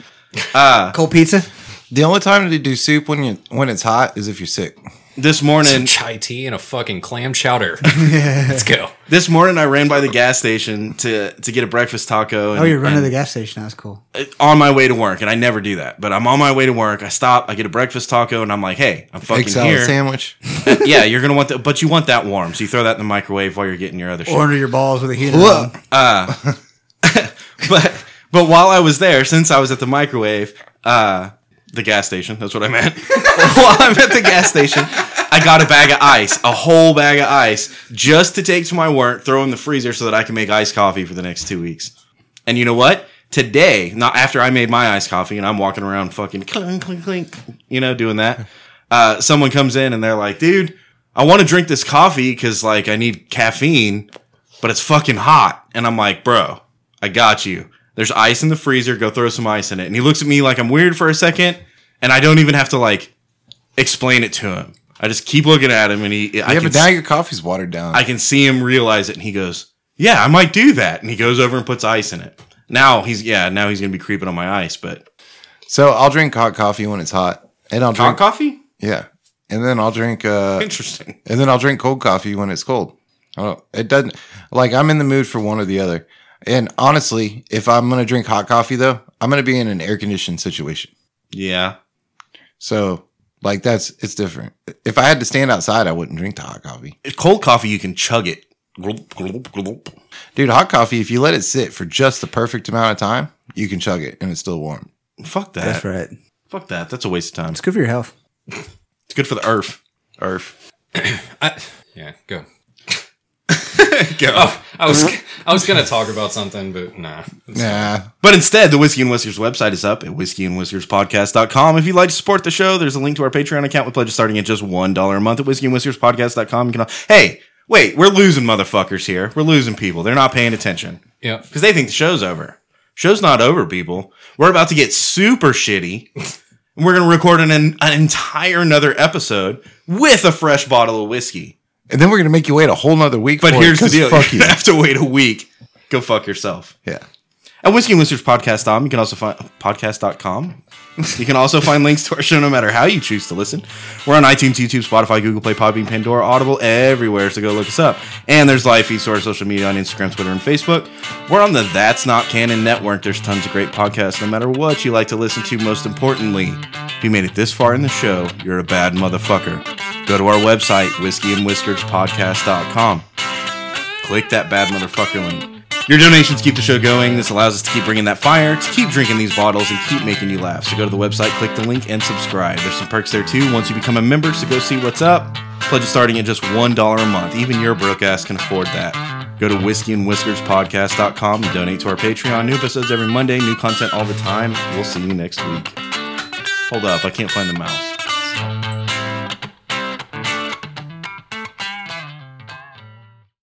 C: cold pizza.
A: The only time to do soup when you when it's hot is if you're sick.
D: This
B: Some
D: morning,
B: chai tea and a fucking clam chowder. Let's go.
D: this morning I ran by the gas station to to get a breakfast taco. And,
C: Oh, you're running to the gas station. That's cool.
D: on my way to work, and I never do that. But I'm on my way to work. I stop. I get a breakfast taco, and I'm like, "Hey, I'm fucking
A: Egg salad
D: here."
A: sandwich.
D: yeah, you're gonna want that, but you want that warm, so you throw that in the microwave while you're getting your other shit.
C: Or under your balls with a heater.
A: Whoa.
C: on.
D: but but while I was there, since I was at the microwave, uh, the gas station, that's what I meant. while I'm at the gas station, I got a bag of ice, a whole bag of ice, just to take to my work, throw in the freezer so that I can make iced coffee for the next two weeks. And you know what? Today, not after I made my iced coffee and I'm walking around fucking clink, clink, clink, you know, doing that. Uh, someone comes in and they're like, dude, I want to drink this coffee because like I need caffeine, but it's fucking hot. And I'm like, bro, I got you. There's ice in the freezer. Go throw some ice in it. And he looks at me like I'm weird for a second. And I don't even have to like explain it to him. I just keep looking at him and he, I
A: yeah,
D: can
A: but now your coffee's watered down.
D: I can see him realize it, and he goes, "Yeah, I might do that." And he goes over and puts ice in it. Now he's yeah, now he's gonna be creeping on my ice. But
A: so I'll drink hot coffee when it's hot, and I'll
D: hot
A: drink
D: coffee,
A: yeah, and then I'll drink uh,
D: interesting.
A: and then I'll drink cold coffee when it's cold. I don't, it doesn't like I'm in the mood for one or the other. And honestly, if I'm gonna drink hot coffee though, I'm gonna be in an air conditioned situation.
D: Yeah,
A: So like that's it's different. If I had to stand outside, I wouldn't drink the hot coffee,
D: cold coffee you can chug it. Glop, glop, glop.
A: dude. Hot coffee, if you let it sit for just the perfect amount of time, you can chug it and it's still warm.
D: Fuck that.
C: That's right.
D: Fuck that. That's a waste of time.
C: It's good for your health.
D: It's good for the earth. Earth.
B: I, yeah, go.
D: Go.
B: I was I was gonna talk about something, but nah.
A: Nah,
D: But instead, the Whiskey and Whiskers website is up at whiskeyandwhiskerspodcast.com. If you'd like to support the show, there's a link to our Patreon account with pledges starting at just $1 a month at whiskeyandwhiskerspodcast.com. You can, al- hey, wait, we're losing motherfuckers here. We're losing people. They're not paying attention
B: Yeah.
D: because they think the show's over. Show's not over, people. We're about to get super shitty. And we're going to record an, an entire another episode with a fresh bottle of whiskey.
A: and then we're gonna make you wait a whole nother week.
D: But
A: for it
D: here's the
A: 'cause
D: deal.
A: Fuck
D: you
A: you.
D: have to wait a week. Go fuck yourself.
A: yeah.
D: At whiskeyandlistenerspodcast.com, you can also find podcast.com. You can also find links to our show no matter how you choose to listen. We're on iTunes, YouTube, Spotify, Google Play, Podbean, Pandora, Audible, everywhere, so go look us up. And there's live feeds to our social media on Instagram, Twitter, and Facebook. We're on the That's Not Canon Network. There's tons of great podcasts no matter what you like to listen to. Most importantly, if you made it this far in the show, you're a bad motherfucker. Go to our website, whiskeyandwhiskerspodcast.com click that bad motherfucker link. Your donations keep the show going. This allows us to keep bringing that fire, to keep drinking these bottles, and keep making you laugh. So go to the website, click the link, and subscribe. There's some perks there too once you become a member, so go see what's up. Pledges starting at just $1 a month. Even your broke ass can afford that. Go to whiskeyandwhiskerspodcast.com and donate to our Patreon. New episodes every Monday, new content all the time. We'll see you next week. Hold up, I can't find the mouse.